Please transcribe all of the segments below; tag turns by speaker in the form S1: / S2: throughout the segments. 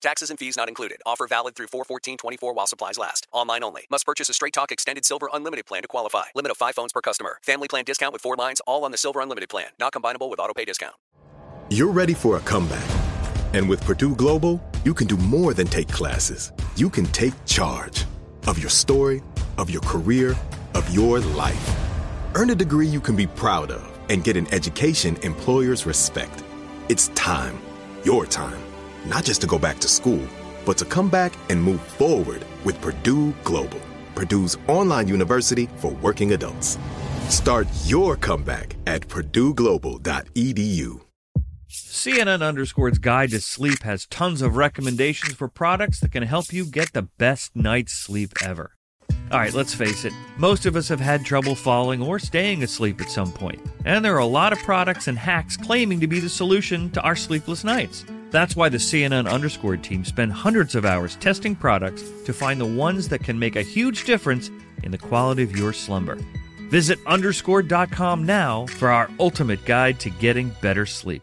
S1: Taxes and fees not included. Offer valid through 41424 while supplies last. Online only. Must purchase a Straight Talk Extended Silver Unlimited plan to qualify. Limit of 5 phones per customer. Family plan discount with 4 lines all on the Silver Unlimited plan. Not combinable with auto pay discount.
S2: You're ready for a comeback. And with Purdue Global, you can do more than take classes. You can take charge of your story, of your career, of your life. Earn a degree you can be proud of and get an education employers respect. It's time, your time, not just to go back to school, but to come back and move forward with Purdue Global, Purdue's online university for working adults. Start your comeback at purdueglobal.edu.
S3: CNN Underscore's Guide to Sleep has tons of recommendations for products that can help you get the best night's sleep ever. All right, let's face it, most of us have had trouble falling or staying asleep at some point, and there are a lot of products and hacks claiming to be the solution to our sleepless nights. That's why the CNN Underscored team spend hundreds of hours testing products to find the ones that can make a huge difference in the quality of your slumber. Visit underscore.com now for our ultimate guide to getting better sleep.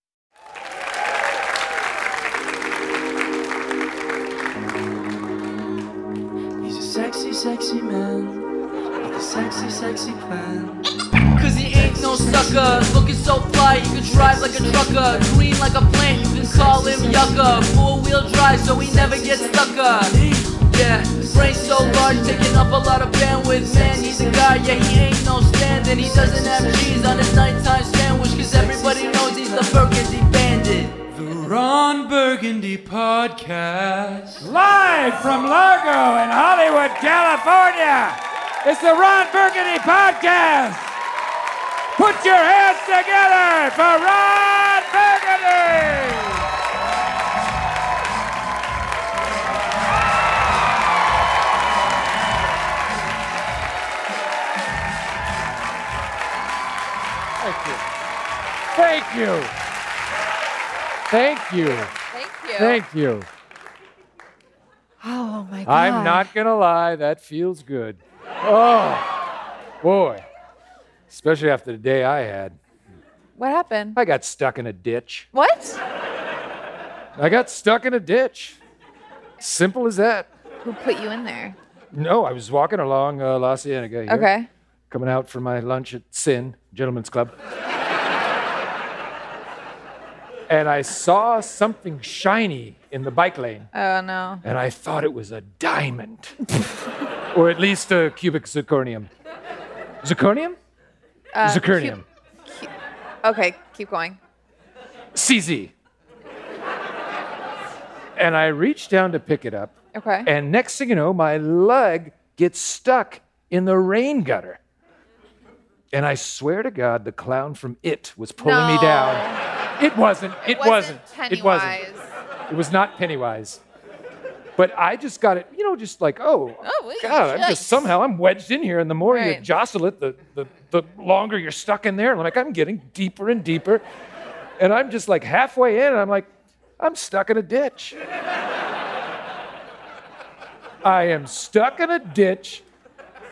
S4: He's a sexy, sexy man with a sexy, sexy plan. Cause he ain't no sucker. Looking so fly, you can drive like a trucker. Green like a plant, you can call him yucca. Four wheel drive, so he never gets stucker. Yeah, brain so large, taking up a lot of bandwidth. Man, he's a guy, yeah, he ain't no standing. He doesn't have cheese on his nighttime sandwich. Cause everybody knows he's the Burgundy Bandit. The Ron Burgundy Podcast.
S5: Live from Largo in Hollywood, California, it's the Ron Burgundy Podcast. Put your hands together for Ron Burgundy! Thank you. Thank you. Thank you.
S6: Thank you.
S5: Thank you.
S6: oh my god.
S5: I'm not gonna lie, that feels good. Oh, boy. Especially after the day I had.
S6: What happened?
S5: I got stuck in a ditch.
S6: What?
S5: I got stuck in a ditch. Simple as that.
S6: Who put you in there?
S5: No, I was walking along uh, La Cienega here,
S6: Okay.
S5: coming out for my lunch at Sin Gentlemen's Club, and I saw something shiny in the bike lane.
S6: Oh no.
S5: and I thought it was a diamond, or at least a cubic zirconium. Zirconium? zirconium.
S6: Uh, Okay, keep going.
S5: CZ. And I reached down to pick it up,
S6: Okay.
S5: and next thing you know, my leg gets stuck in the rain gutter. And I swear to God, the clown from It was pulling me down. It wasn't. It, wasn't. It wasn't.
S6: Pennywise.
S5: It was not Pennywise. But I just got it, you know, just like, oh,
S6: Oh, well,
S5: God, I'm just
S6: yikes.
S5: somehow I'm wedged in here. And the more you
S6: Right.
S5: jostle it, the, the, the longer you're stuck in there. And like, I'm getting deeper and deeper. And I'm just like halfway in, and I'm like, I'm stuck in a ditch. I am stuck in a ditch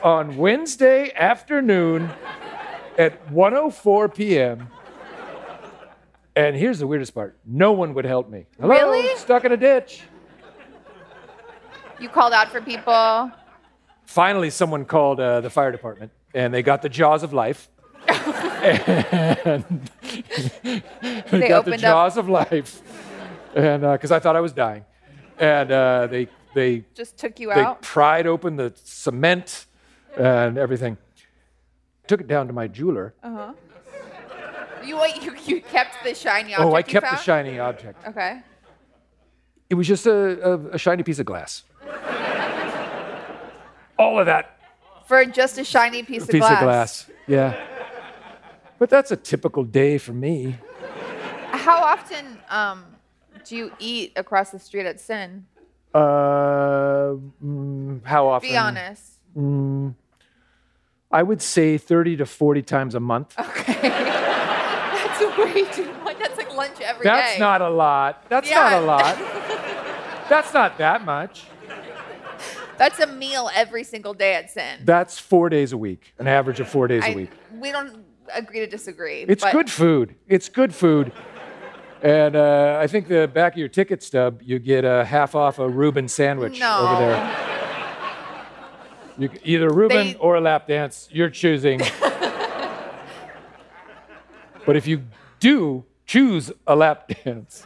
S5: on Wednesday afternoon at 1:04 p.m. And here's the weirdest part: no one would help me. Hello,
S6: Really?
S5: stuck in a ditch.
S6: You called out for people.
S5: Finally, someone called uh, the fire department, and they got the jaws of life. and they, got
S6: They
S5: the
S6: opened up-
S5: uh, jaws of life, and because I thought I was dying, and uh, they they
S6: Just took you
S5: they
S6: out.
S5: pried open the cement and everything. Took it down to my jeweler.
S6: Uh-huh. You wait. You, you kept the shiny object.
S5: oh, I
S6: you
S5: kept the
S6: found?
S5: shiny object.
S6: Okay.
S5: It was just a, a, a shiny piece of glass. All of that
S6: For just a shiny piece,
S5: piece of glass. Yeah. But that's a typical day for me.
S6: How often um, do you eat across the street at Sin?
S5: Uh, mm, how often? Mm,
S6: Be honest.
S5: I would say 30 to 40 times a month.
S6: That's way too much. That's like lunch every day.
S5: That's not a lot. That's not
S6: Yeah.
S5: a lot. That's not that much.
S6: That's a meal every single day at Sin.
S5: That's four days a week, an average of four days a
S6: I-
S5: week.
S6: We don't agree to disagree.
S5: It's
S6: but
S5: good food. It's good food. And uh, I think the back of your ticket stub, you get a half off a Reuben sandwich
S6: No.
S5: over there. You, c- either Reuben
S6: They-
S5: or a lap dance, you're choosing. but if you do choose a lap dance,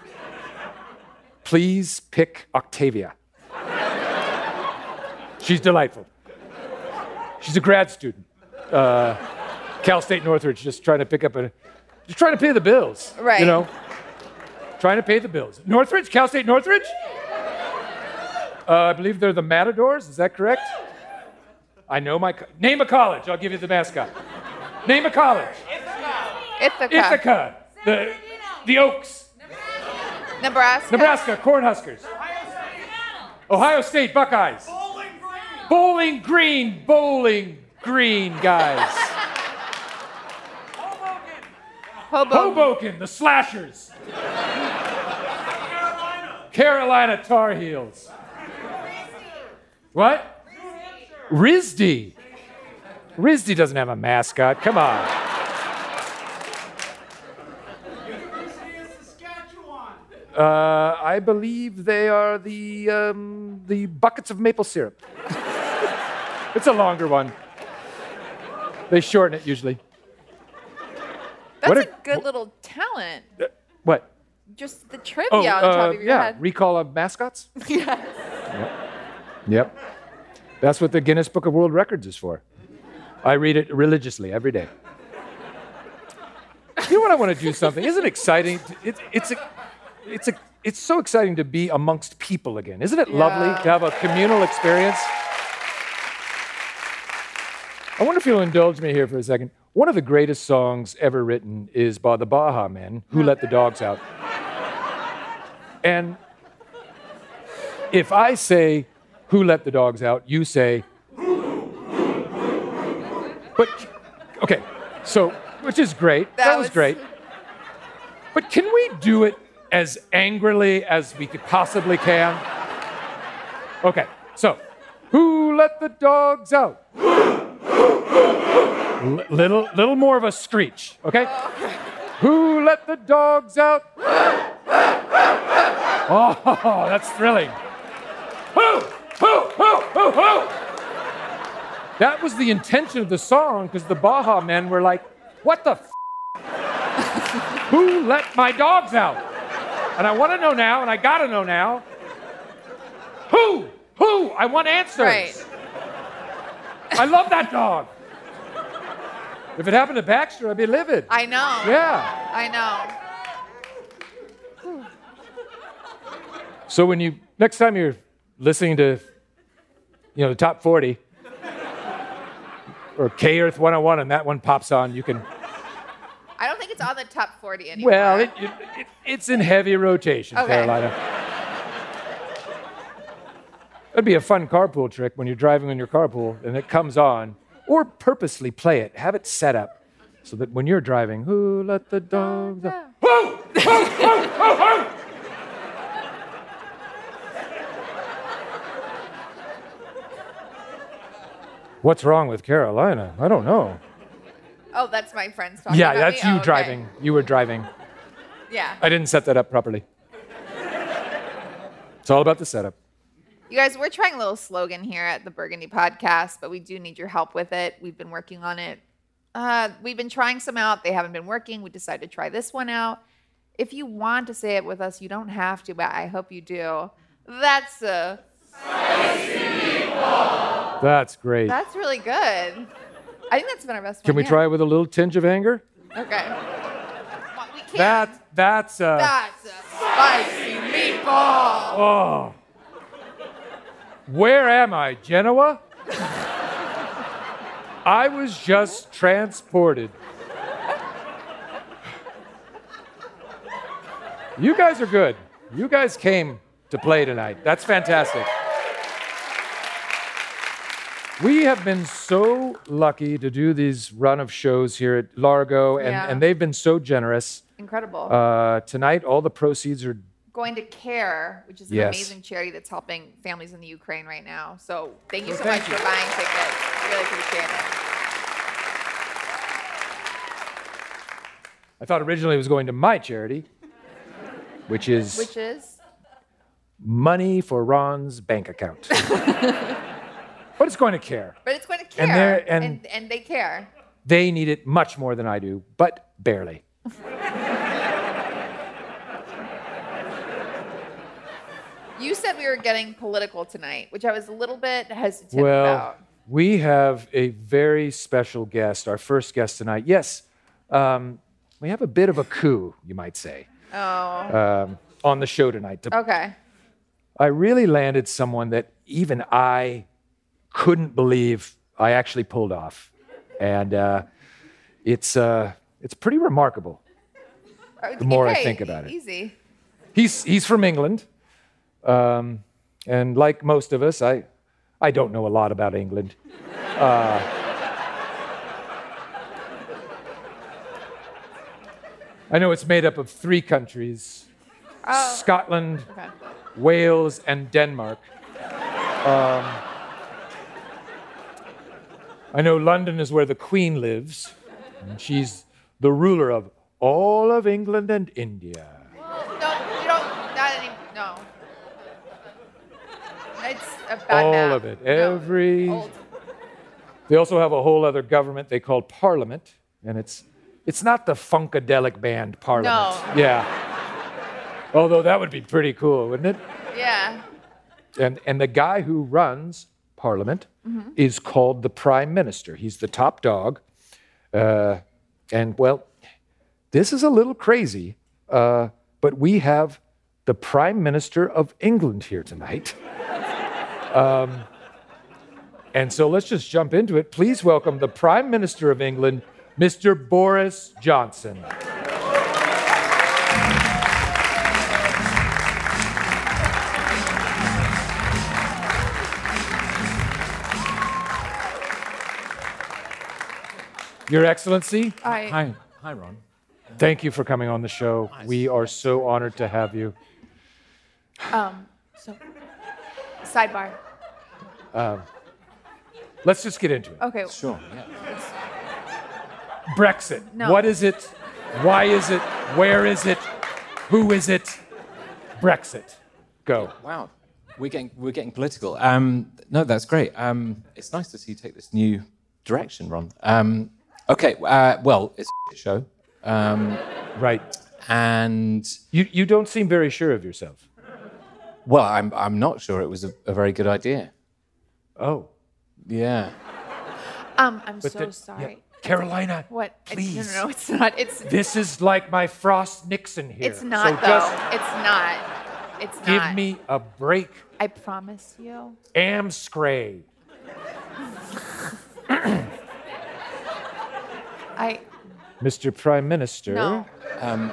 S5: please pick Octavia. She's delightful. She's a grad student. Uh, Cal State Northridge just trying to pick up a, just trying to pay the bills.
S6: Right.
S5: You know, trying to pay the bills. Northridge, Cal State Northridge. Uh, I believe they're the Matadors. Is that correct? I know my co- name a college. I'll give you the mascot. Name a college.
S6: Ithaca,
S5: Ithaca. The the Oaks.
S6: Nebraska.
S5: Nebraska Cornhuskers. Ohio State Buckeyes. Bowling Green. Bowling Green guys.
S6: Hobo.
S5: Hoboken, the Slashers. Carolina Tar Heels. What? RISD. RISD doesn't have a mascot. Come on. Uh, I believe they are the um, the buckets of maple syrup. it's a longer one. They shorten it usually.
S6: That's
S5: What
S6: a
S5: if-
S6: good little talent.
S5: What?
S6: Just the
S5: Uh, Oh,
S6: trivia on the top
S5: uh,
S6: of your
S5: yeah.
S6: head.
S5: Recall of mascots?
S6: yeah.
S5: Yep. That's what the Guinness Book of World Records is for. I read it religiously every day. You know what I want to do something? Isn't it exciting? to- It's it's a, it's a, it's so exciting to be amongst people again. Isn't it lovely to have a communal experience? I wonder if you'll indulge me here for a second. One of the greatest songs ever written is by the Baja Men, Who Let the Dogs Out. And if I say, Who let the dogs out? you say, But, okay, so, which is great. That,
S6: That
S5: was,
S6: was-
S5: great. But can we do it as angrily as we could possibly can? Okay, so, Who let the dogs out? L- little, little more of a screech, okay? Who let the dogs out? Oh, that's thrilling. Who? Who? Who? Who? Who? That was the intention of the song because the Baja men were like, what the f? Who let my dogs out? And I want to know now, and I got to know now. Who? Who? I want answers.
S6: Right.
S5: I love that dog. If it happened to Baxter, I'd be livid.
S6: I know.
S5: yeah.
S6: I know.
S5: So when you next time you're listening to, you know, the top 40 or K Earth 101, and that one pops on, you can.
S6: I don't think it's on the top 40 anymore.
S5: Well, it, it, it, it's in heavy rotation,
S6: Okay.
S5: Carolina. That'd be a fun carpool trick when you're driving in your carpool and it comes on, or purposely play it, have it set up so that when you're driving, who let the dogs out? Who? Who? Who? Who? Who? What's wrong with Carolina? I don't know.
S6: oh, that's my friends talking
S5: yeah,
S6: about
S5: that's
S6: me?
S5: you
S6: Oh, okay.
S5: driving. You were driving.
S6: Yeah.
S5: I didn't set that up properly. It's all about the setup.
S6: You guys, we're trying a little slogan here at the Burgundy Podcast, but we do need your help with it. We've been working on it. Uh, we've been trying some out. They haven't been working. We decided to try this one out. If you want to say it with us, you don't have to, but I hope you do. That's uh,
S5: That's great.
S6: that's really good. I think that's been our best
S5: Can
S6: one
S5: we
S6: yet.
S5: try it with a little tinge of anger?
S6: Okay. Well, we can't.
S5: That that's uh
S6: That's a spicy meatball.
S5: oh. Where am I, Genoa? I was just transported. You guys are good. You guys came to play tonight. That's fantastic. We have been so lucky to do these run of shows here at Largo, and,
S6: Yeah.
S5: and they've been so generous.
S6: Incredible.
S5: Uh, tonight, all the proceeds are
S6: Going to CARE, which is an
S5: Yes.
S6: amazing charity that's helping families in the Ukraine right now. So thank you
S5: Well,
S6: so
S5: thank
S6: much
S5: you.
S6: for buying tickets. Really appreciate it.
S5: I thought originally it was going to my charity, which is
S6: Which is
S5: money for Ron's bank account. but it's going to care.
S6: But it's going to care.
S5: And
S6: And,
S5: they're- and-
S6: and, they care.
S5: They need it much more than I do, but barely.
S6: You said we were getting political tonight, which I was a little bit hesitant
S5: well,
S6: about.
S5: we have a very special guest, our first guest tonight. Yes, um, we have a bit of a coup, you might say,
S6: Oh,
S5: um, on the show tonight. To-
S6: okay.
S5: I really landed someone that even I couldn't believe I actually pulled off, and uh, it's uh, it's pretty remarkable.
S6: The
S5: more I think about it.
S6: Easy.
S5: He's he's from England, um, and like most of us, I I don't know a lot about England. Uh, I know it's made up of three countries:
S6: Oh,
S5: Scotland,
S6: okay.
S5: Wales, and Denmark. Um, I know London is where the Queen lives, and she's the ruler of all of England and India.
S6: No, you don't. Not any. No. It's a bad
S5: All
S6: map.
S5: of it.
S6: No,
S5: Every-
S6: old.
S5: They also have a whole other government they call Parliament, and it's it's not the funkadelic band Parliament.
S6: No.
S5: Yeah. Although that would be pretty cool, wouldn't it?
S6: Yeah.
S5: And, and the guy who runs Parliament
S6: Mm-hmm.
S5: is called the Prime Minister. He's the top dog. Uh, and well, this is a little crazy, uh, but we have the Prime Minister of England here tonight. um, and so let's just jump into it. Please welcome the Prime Minister of England, Mr. Boris Johnson. Your Excellency,
S6: I,
S7: Hi, hi, Ron.
S5: thank you for coming on the show. We are so honored to have you.
S6: Um. So. Sidebar.
S5: Um, Let's just get into it.
S6: Okay.
S7: Sure. Yeah.
S5: Brexit.
S6: No.
S5: What is it? Why is it? Where is it? Who is it? Brexit. Go.
S7: Wow. We're getting we're getting political. Um, no, that's great. Um, it's nice to see you take this new direction, Ron. Um, okay. Uh, well, it's a show, um,
S5: Right.
S7: and
S5: You, you don't seem very sure of yourself.
S7: well, I'm I'm not sure it was a, a very good idea.
S5: Oh.
S7: Yeah.
S6: Um. I'm so
S5: the- yeah.
S6: sorry.
S5: Carolina,
S6: What? I-
S5: please.
S6: no, no, no, it's not. It's.
S5: This is like my Frost Nixon here.
S6: it's not
S5: so
S6: though.
S5: just
S6: It's not. It's
S5: give
S6: not.
S5: me a break.
S6: I promise you.
S5: Am Scray.
S6: I.
S5: Mr. Prime Minister,
S6: No.
S7: Um,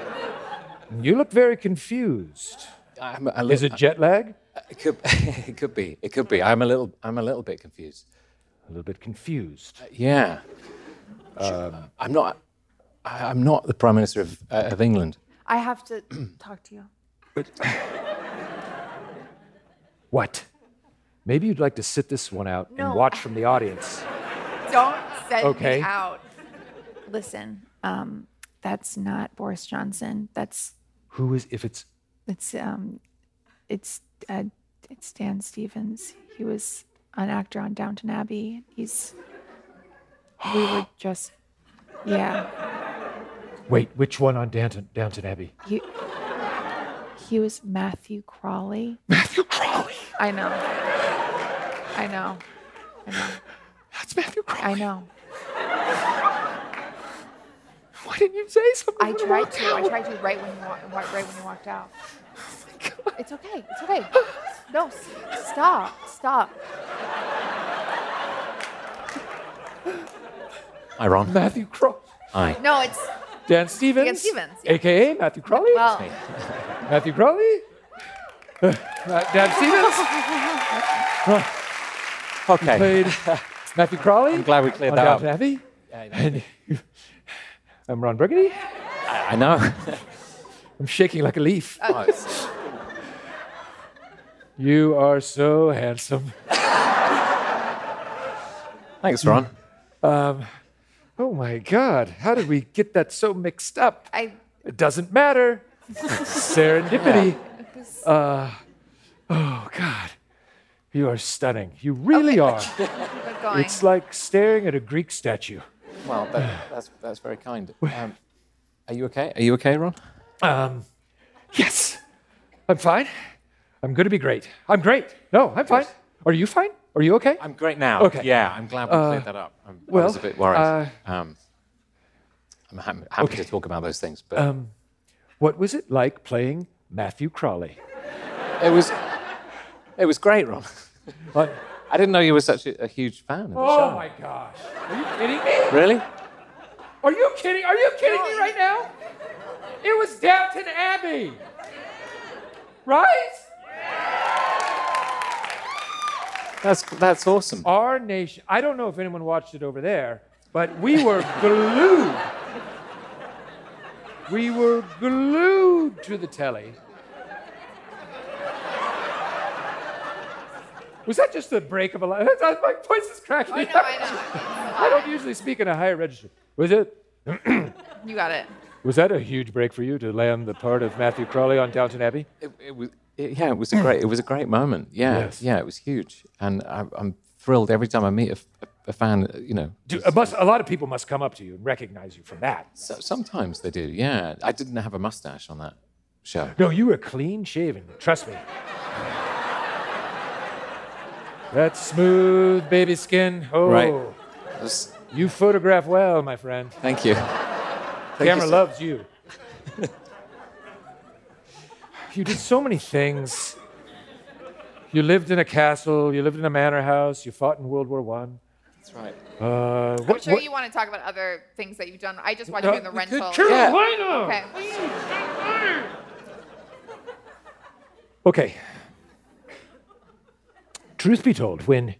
S5: you look very confused.
S7: I'm a
S5: Is
S7: little, uh,
S5: it jet lag?
S7: it could it could be it could be. I'm a little I'm a little bit confused.
S5: A little bit confused.
S7: Yeah. Um, I'm not. I, I'm not the prime minister of uh, of England.
S6: I have to talk to you.
S5: What? Maybe you'd like to sit this one out
S6: No.
S5: and watch from the audience.
S6: Don't send
S5: Okay.
S6: me out. Listen, um, that's not Boris Johnson. That's
S5: Who is, if it's
S6: it's um, it's uh, it's Dan Stevens. He was an actor on Downton Abbey. He's we were just yeah.
S5: Wait, which one on Downton, Downton Abbey?
S6: He he was Matthew Crawley.
S5: Matthew Crawley.
S6: I know. I know. I know.
S5: That's Matthew Crawley.
S6: I know.
S5: Why didn't you say something?
S6: I
S5: when you
S6: tried
S5: walked
S6: to. I
S5: out? Oh
S6: tried to right when you walked. Right when you walked out. It's okay. It's okay. No, s- stop. Stop.
S7: Hi, Ron.
S5: Matthew Crawley.
S7: Hi.
S6: No, it's
S5: Dan Stevens.
S6: Dan Stevens, yeah.
S5: AKA Matthew Crawley.
S6: well.
S5: Matthew Crawley. Uh, Dan Stevens
S7: Okay.
S5: played Matthew Crawley.
S7: I'm glad we cleared
S5: on
S7: that
S5: Downton
S7: up.
S5: Abbey. And I'm Ron Burgundy.
S7: I know.
S5: I'm shaking like a leaf.
S7: Oh, it's-
S5: You are so handsome.
S7: Thanks, Ron.
S5: Oh my God. How did we get that so mixed up?
S6: I.
S5: It doesn't matter. Serendipity. Uh, oh, God. You are stunning. You really are.
S6: Keep going.
S5: It's like staring at a Greek statue.
S7: Well, that, that's that's very kind. Um, are you okay? Are you okay, Ron?
S5: Um, yes, I'm fine. I'm going to be great. I'm great. No, I'm fine. Are you fine? Are you okay?
S7: I'm great now.
S5: Okay.
S7: Yeah, I'm glad we cleared that up. I'm, I
S5: well,
S7: was a bit worried.
S5: uh,
S7: um, I'm ha- happy to talk about those things, but
S5: um, What was it like playing Uh, Matthew Crawley?
S7: it was it was great, Ron.
S5: What?
S7: I didn't know you were such a, a huge fan of the
S5: Oh
S7: show.
S5: my gosh. Are you kidding me?
S7: Really?
S5: Are you kidding? Are you kidding me right now? It was Downton Abbey. Right?
S7: That's that's awesome.
S5: Our nation. I don't know if anyone watched it over there, but we were glued. We were glued to the telly. Was that just a break of a laugh? My voice is cracking.
S6: I know. I
S5: Oh, I don't usually speak in a higher register. Was it?
S6: know. You got it.
S5: Was that a huge break for you to land the part of Matthew Crawley on Downton Abbey?
S7: It, it was, it, yeah, it was a great, it was a great moment. Yeah,
S5: Yes.
S7: yeah, it was huge, and I, I'm thrilled every time I meet a, f- a fan. You know,
S5: Do, a, must, a lot of people must come up to you and recognize you from that.
S7: so, sometimes they do. Yeah, I didn't have a mustache on that show.
S5: No, you were clean shaven. Trust me. that smooth baby skin. Oh,
S7: Right. It was-
S5: you photograph well, my friend.
S7: thank you.
S5: Camera loves you. you did so many things. You lived in a castle. You lived in a manor house. You fought in World War One.
S7: That's right.
S5: Uh, what,
S6: I'm sure
S5: what-
S6: you want to talk about other things that you've done. I just watched
S5: Uh,
S6: you in the rental.
S5: Carolina.
S6: Okay.
S5: Okay. Truth be told, when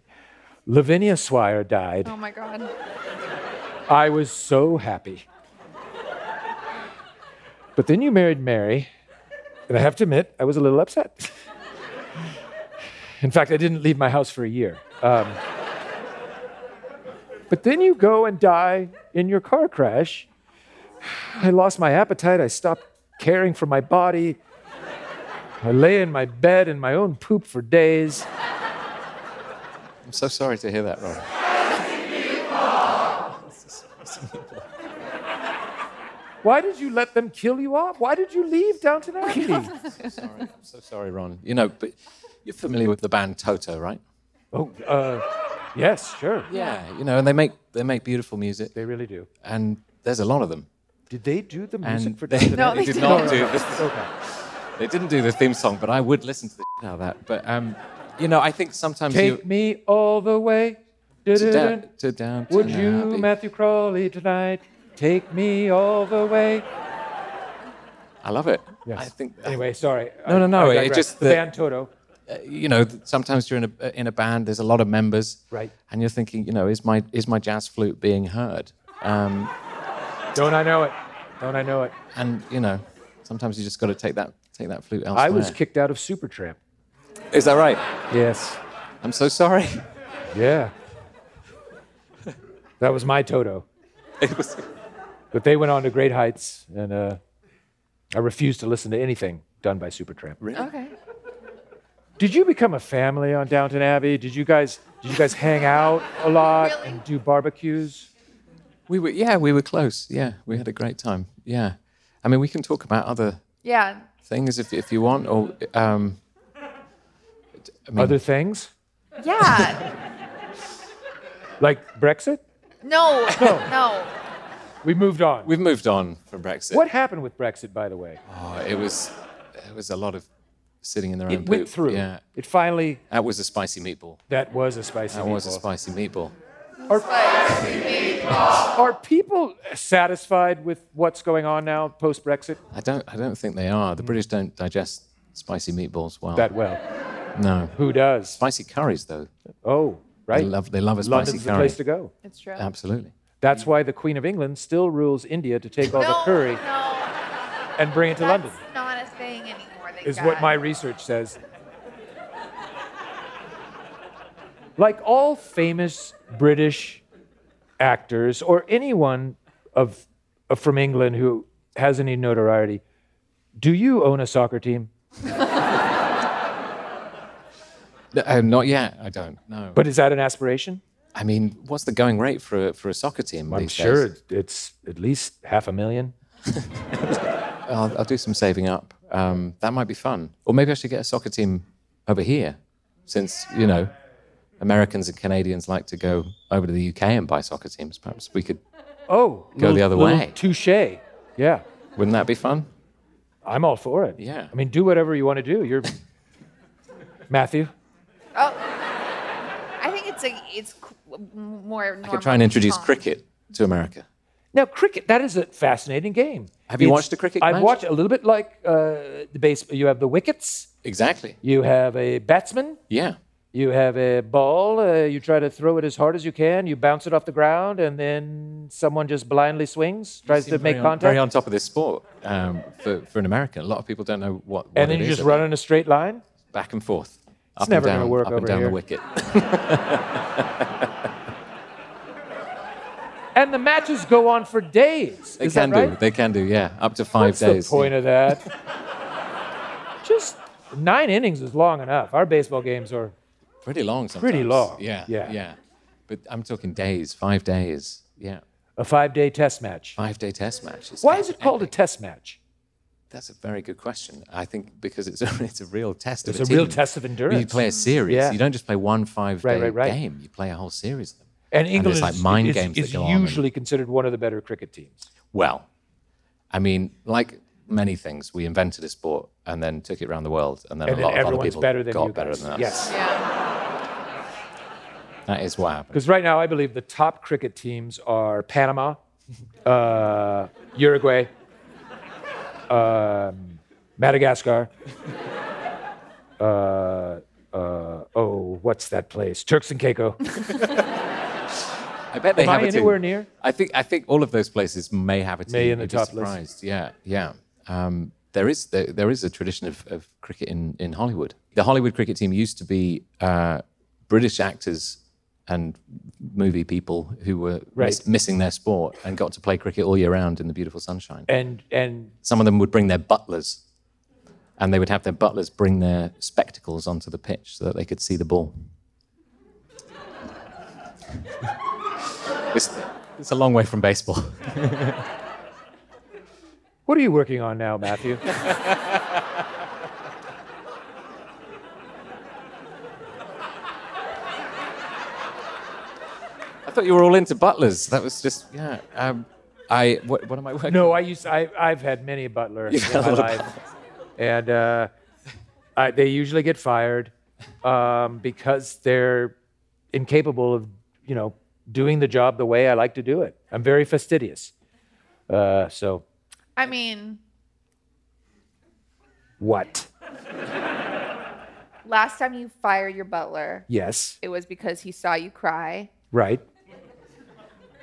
S5: Lavinia Swire died,
S6: Oh my God.
S5: I was so happy. But then you married Mary, and I have to admit, I was a little upset. In fact, I didn't leave my house for a year. Um, but then you go and die in your car crash. I lost my appetite. I stopped caring for my body. I lay in my bed in my own poop for days.
S7: I'm so sorry to hear that, Ron.
S5: Why did you let them kill you off? Why did you leave Downton Abbey?
S7: Sorry, I'm so sorry, Ron. You know, but you're familiar with the band Toto, right?
S5: oh, uh, yes, sure.
S7: Yeah. You know, and they make they make beautiful music,
S5: They really do.
S7: and there's a lot of them.
S5: Did they do the music
S7: And
S5: for
S7: they,
S5: Downton
S6: No,
S5: Abbey?
S7: they
S6: they
S7: did
S6: didn't.
S7: not
S6: No,
S7: do this.
S5: Okay.
S7: They didn't do the theme song, but I would listen to the shit out of that. But um, you know, I think sometimes
S5: Take
S7: you
S5: me all the way.
S7: to
S5: Da-da-da.
S7: down to down.
S5: Would you, Matthew Crawley, tonight? Take me all the way.
S7: I love it.
S5: Yes.
S7: I think.
S5: Anyway, sorry.
S7: No,
S5: I-
S7: no, no,
S5: I
S7: it
S5: digress.
S7: just-
S5: the
S7: the- uh,
S5: band Toto.
S7: you know, th- sometimes you're in a in a band. There's a lot of members,
S5: Right.
S7: And you're thinking, you know, is my is my jazz flute being heard? Um,
S5: Don't I know it? Don't I know it?
S7: and you know, sometimes you just got to take that take that flute elsewhere.
S5: I was kicked out of Supertramp.
S7: Is that right?
S5: Yes.
S7: I'm so sorry.
S5: Yeah. that was my Toto.
S7: It was,
S5: But they went on to great heights, and uh, I refused to listen to anything done by Supertramp.
S6: Okay.
S5: Did you become a family on Downton Abbey? Did you guys did you guys hang out a lot
S6: Really?
S5: and do barbecues?
S7: we were yeah, we were close. Yeah, we had a great time. Yeah, I mean, we can talk about other
S6: Yeah.
S7: things if, if you want, or um, I mean,
S5: Other things
S6: Yeah.
S5: like Brexit,
S6: no.
S5: No.
S6: No.
S5: we moved on.
S7: we've moved on from Brexit.
S5: what happened with Brexit, by the way?
S7: Oh, it was it was a lot of sitting in their own
S5: It went
S7: poop.
S5: through.
S7: Yeah,
S5: It finally.
S7: that was a spicy meatball.
S5: That was a spicy.
S7: That was a
S5: meatball.
S7: spicy meatball.
S5: Are people satisfied with what's going on now post Brexit?
S7: I don't I don't think they are. The British don't digest spicy meatballs well.
S5: Mm. That well.
S7: no.
S5: Who does?
S7: Spicy curries though.
S5: Oh,
S7: They
S5: right.
S7: love they love a spicy
S5: London's the
S7: curry.
S5: place to go.
S6: It's true.
S7: Absolutely.
S5: That's why the Queen of England still rules India to take all the
S6: no,
S5: curry
S6: No.
S5: and bring it to
S6: That's
S5: London.
S6: not a thing anymore. They
S5: is
S6: got.
S5: what my research says. Like all famous British actors or anyone of, of from England who has any notoriety, do you own a soccer team?
S7: No, uh, not yet. I don't. No.
S5: But is that an aspiration?
S7: I mean, what's the going rate for a, for a soccer team?
S5: I'm
S7: these
S5: sure
S7: Days?
S5: it- it's at least half a million.
S7: I'll, I'll do some saving up. Um, that might be fun. Or maybe I should get a soccer team over here, since you know, Americans and Canadians like to go over to the UK and buy soccer teams. Perhaps we could
S5: Oh,
S7: Go the other way.
S5: Touche. Yeah,
S7: Wouldn't that be fun?
S5: I'm all for it.
S7: Yeah.
S5: I mean, do whatever you want to do. You're Matthew.
S6: I think it's a it's c- more.
S7: I could try and introduce cricket to America.
S5: Now, cricket, that is a fascinating game.
S7: Have you watched a cricket
S5: I've
S7: match?
S5: watched a little bit like uh, the base. You have the wickets,
S7: Exactly.
S5: you have a batsman,
S7: Yeah.
S5: you have a ball, uh, you try to throw it as hard as you can, you bounce it off the ground, and then someone just blindly swings, tries to
S7: Seem
S5: make
S7: very on,
S5: contact,
S7: very on top of this sport um, for, for an American. A lot of people don't know what. what
S5: and then
S7: it
S5: you
S7: is
S5: just run in a straight line.
S7: back and forth. It's
S5: never gonna
S7: down,
S5: work
S7: up
S5: over
S7: and down
S5: here.
S7: the wicket.
S5: And the matches go on for days.
S7: They
S5: is
S7: can
S5: that right?
S7: do. They can do. Yeah, up to five
S5: What's
S7: days.
S5: the point of that? just nine innings is long enough. Our baseball games are.
S7: Pretty long. Sometimes.
S5: Pretty long,
S7: Yeah.
S5: yeah.
S7: Yeah. Yeah. But I'm talking days. Five days. Yeah.
S5: A five-day test match.
S7: Five day test match. It's
S5: Why is it
S7: epic.
S5: called a test match?
S7: That's a very good question. I think because it's a, it's a real test of
S5: It's a real
S7: team.
S5: test of
S7: You
S5: endurance.
S7: play a series.
S5: Yeah.
S7: You don't just play one five day
S5: Right, right, right.
S7: game. You play a whole series of them.
S5: And England
S7: there's, like,
S5: is,
S7: mind
S5: is-
S7: games that
S5: is
S7: go on and-
S5: usually considered one of the better cricket teams.
S7: Well, I mean, like many things, we invented a sport and then took it around the world, and then
S5: And
S7: a
S5: then
S7: lot of other
S5: everyone's
S7: people
S5: better than
S7: got
S5: you
S7: better
S5: guys.
S7: than us.
S5: Yes.
S7: That is what happened.
S5: Because right now, I believe the top cricket teams are Panama, uh, Uruguay, um, Madagascar. Uh, uh, oh, what's that place? Turks and Caicos.
S7: I bet they
S5: Am
S7: have
S5: I
S7: it too.
S5: anywhere near?
S7: I think I think all of those places may have a team.
S5: May in the
S7: You'd be
S5: top list.
S7: surprised. Yeah, yeah. Um, there is there, there is a tradition of, of cricket in, in Hollywood. The Hollywood cricket team used to be uh, British actors and movie people who were
S5: Right.
S7: missing their sport and got to play cricket all year round in the beautiful sunshine.
S5: And and
S7: Some of them would bring their butlers, and they would have their butlers bring their spectacles onto the pitch so that they could see the ball. it's, it's a long way from baseball.
S5: what are you working on now, Matthew?
S7: I thought you were all into butlers. That was just yeah. Um, I what, what am I working?
S5: No, I used I I've had many a butler in
S7: had a
S5: my
S7: lot of
S5: life, and uh, I, they usually get fired um, because they're incapable of you know doing the job the way I like to do it. I'm very fastidious, uh, so
S6: I mean,
S5: what?
S6: last time you fired your butler,
S5: Yes,
S6: it was because he saw you cry.
S5: right.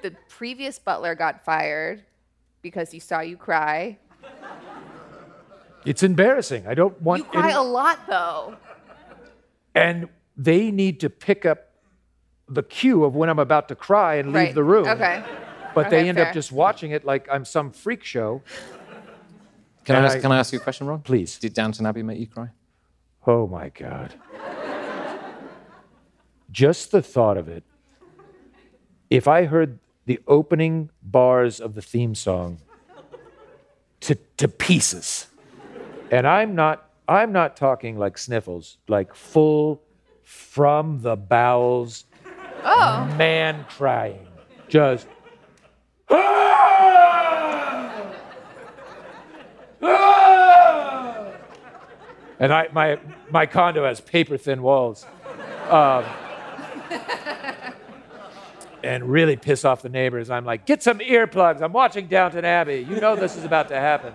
S6: The previous butler got fired because he saw you cry.
S5: It's embarrassing. I don't want.
S6: You cry
S5: any-
S6: a lot though.
S5: and they need to pick up the cue of when I'm about to cry and leave
S6: right.
S5: the room.
S6: Okay.
S5: But
S6: Okay,
S5: they end
S6: fair.
S5: up just watching it like I'm some freak show.
S7: Can I,
S5: And
S7: ask,
S5: I-
S7: can I ask you a question, Ron?
S5: Please.
S7: Did Downton Abbey make you cry?
S5: Oh my God. Just the thought of it. If I heard the opening bars of the theme song to, to pieces, And I'm not I'm not talking like sniffles, like full from the bowels
S6: Oh,
S5: man crying. Just And I, my, my condo has paper thin walls. Um, and really piss off the neighbors. I'm like, get some earplugs. I'm watching Downton Abbey. You know this is about to happen.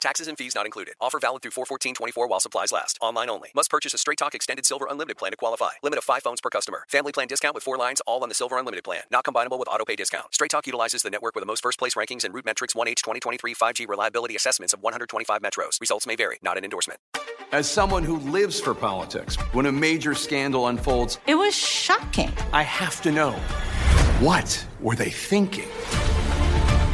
S1: Taxes and fees not included. Offer valid through 41424 while supplies last. Online only. Must purchase a Straight Talk Extended Silver Unlimited plan to qualify. Limit of 5 phones per customer. Family plan discount with 4 lines all on the Silver Unlimited plan. Not combinable with autopay discount. Straight Talk utilizes the network with the most first place rankings and root metrics 1H 2023 5G reliability assessments of 125 metros. Results may vary. Not an endorsement.
S8: As someone who lives for politics, when a major scandal unfolds,
S9: It was shocking.
S8: I have to know what were they thinking?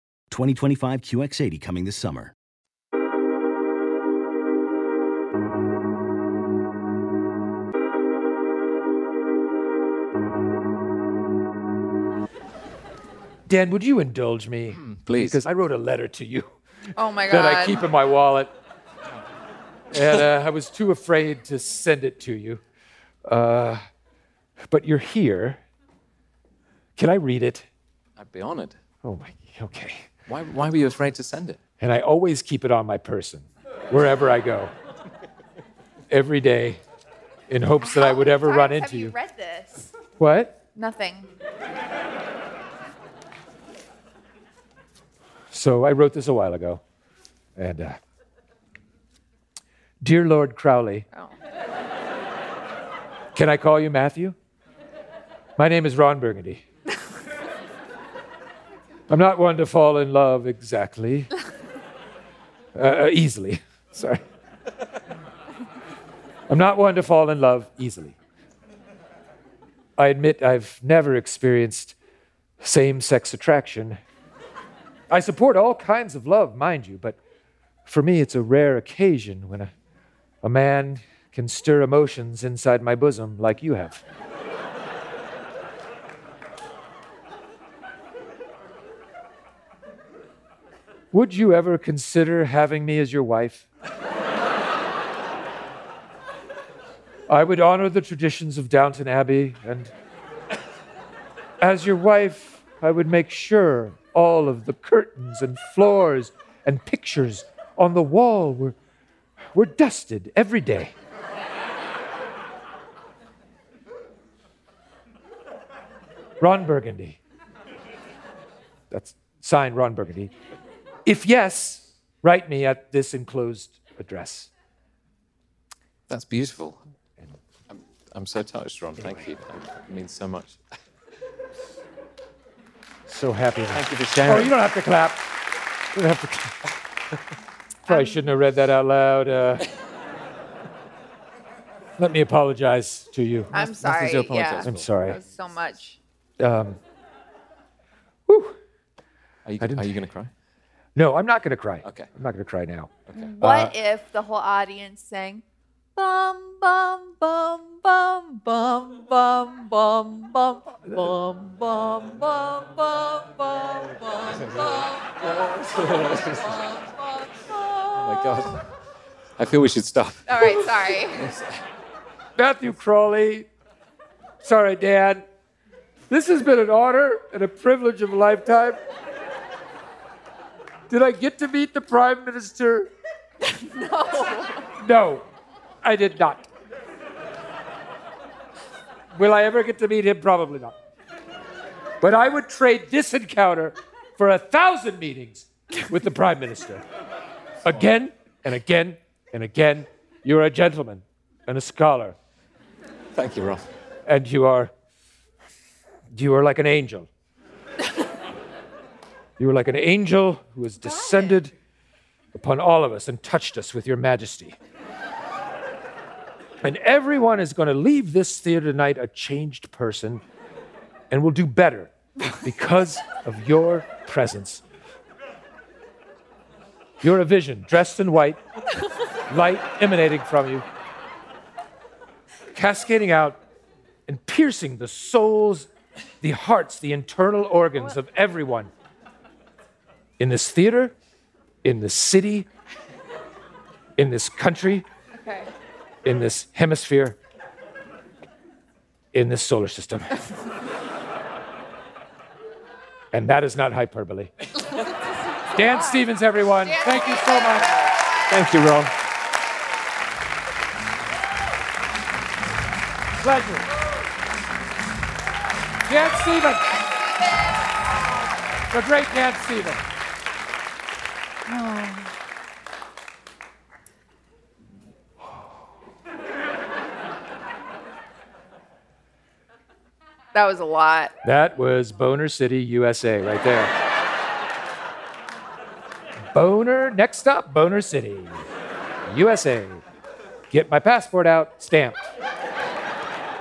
S8: 2025 QX80 coming this summer.
S5: Dan, would you indulge me?
S7: Please.
S5: Because I wrote a letter to you
S6: oh my god.
S5: that I keep in my wallet. And uh, I was too afraid to send it to you. Uh, but you're here. Can I read it?
S7: I'd be honored.
S5: Oh, my. Okay.
S7: Why, why were you afraid to send it?
S5: And I always keep it on my person wherever I go, every day, in hopes that I would ever
S6: Times
S5: run
S6: have
S5: into
S6: you
S5: you.
S6: read this?
S5: What?
S6: Nothing.
S5: So I wrote this a while ago. And uh, Dear Lord Crowley,
S6: Oh.
S5: can I call you Matthew? My name is Ron Burgundy. I'm not one to fall in love exactly, uh, easily. Sorry. I'm not one to fall in love easily. I admit I've never experienced same sex attraction. I support all kinds of love, mind you, but for me, it's a rare occasion when a, a man can stir emotions inside my bosom like you have. Would you ever consider having me as your wife? I would honor the traditions of Downton Abbey, and as your wife, I would make sure all of the curtains and floors and pictures on the wall were, were dusted every day. Ron Burgundy. That's signed Ron Burgundy. If yes, write me at this enclosed address.
S7: That's beautiful. I'm, I'm so touched, Ron. Thank you. That means so much.
S5: So happy.
S7: Thank you for
S5: Oh,
S7: sharing.
S5: you don't have to clap. You don't have to clap. Probably shouldn't have read that out loud. Uh, let me apologize to you.
S6: I'm sorry. Yeah.
S5: I'm sorry.
S6: That was so much.
S5: Um,
S7: Are you,
S5: didn't-
S7: are you going to cry?
S5: no, I'm not going to cry.
S7: Okay.
S5: I'm not going to cry now. Uh,
S6: What if the whole audience sang bum bum bum bum bum bum bum bum bum bum bum bum bum bum bum bum bum
S7: Oh my God. I feel we should stop.
S6: All right, sorry.
S5: Matthew Crawley. Sorry, Dad. This has been an honor and a privilege of a lifetime. Did I get to meet the Prime Minister? No. No, I did not. Will I ever get to meet him? Probably not. But I would trade this encounter for a thousand meetings with the Prime Minister. Again and again and again. You're a gentleman and a scholar
S7: Thank you, Ron.
S5: and you are you are like an angel you are like an angel who has descended upon all of us and touched us with your majesty and everyone is going to leave this theater tonight a changed person and will do better because of your presence you're a vision dressed in white light emanating from you cascading out and piercing the souls, the hearts, the internal organs of everyone in this theater, in this city, in this country,
S6: Okay.
S5: in this hemisphere, in this solar system. and that is not hyperbole. Dan Stevens, everyone, thank you so much.
S6: Oh
S7: Thank you, Ron.
S5: Pleasure. Dan Stevens. The great Dan Stevens.
S6: That was a lot.
S5: That was Boner City, USA, right there. Boner, next up, Boner City, USA. Get my passport out, stamped.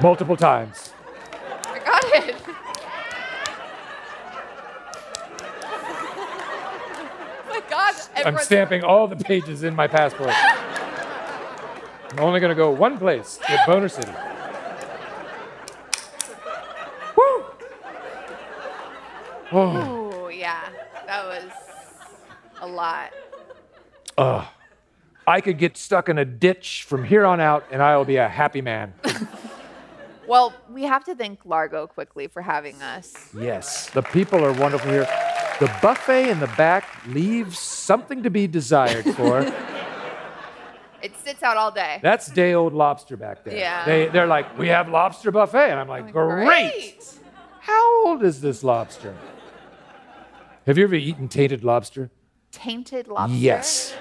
S5: Multiple times.
S6: I got it. Oh my God,
S5: I'm
S6: everyone's
S5: stamping all the pages in my passport. I'm only gonna go one place, to Boner City. Woo! Oh.
S6: Ooh, yeah. That was a lot.
S5: Ugh. I could get stuck in a ditch from here on out and I'll be a happy man.
S6: Well, we have to thank Largo quickly for having us.
S5: yes, the people are wonderful here. The buffet in the back leaves something to be desired for.
S6: It sits out all day.
S5: That's day old lobster back there.
S6: Yeah.
S5: They, they're like, we have lobster buffet. And I'm like, great. How old is this lobster? Have you ever eaten tainted lobster?
S6: Tainted lobster?
S5: Yes.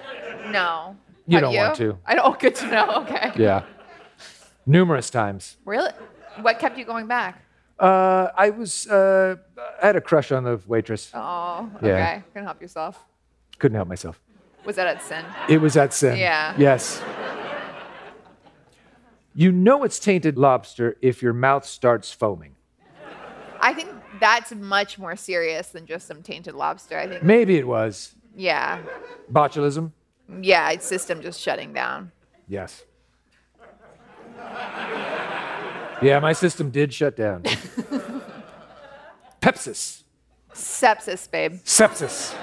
S6: No.
S5: You
S6: Have
S5: don't want to.
S6: I don't. Good to know. Okay.
S5: Yeah. Numerous times.
S6: Really? What kept you going back?
S5: Uh, I was, uh, I had a crush on the waitress.
S6: Oh, okay.
S5: Yeah.
S6: Couldn't help yourself.
S5: Couldn't help myself.
S6: Was that at Sin?
S5: It was at Sin.
S6: Yeah.
S5: Yes. You know it's tainted lobster if your mouth starts foaming.
S6: I think that's much more serious than just some tainted lobster. I think.
S5: Maybe it was
S6: Yeah.
S5: botulism.
S6: Yeah. It's system just shutting down.
S5: Yes. Yeah, my system did shut down. Pepsis.
S6: Sepsis, babe.
S5: Sepsis.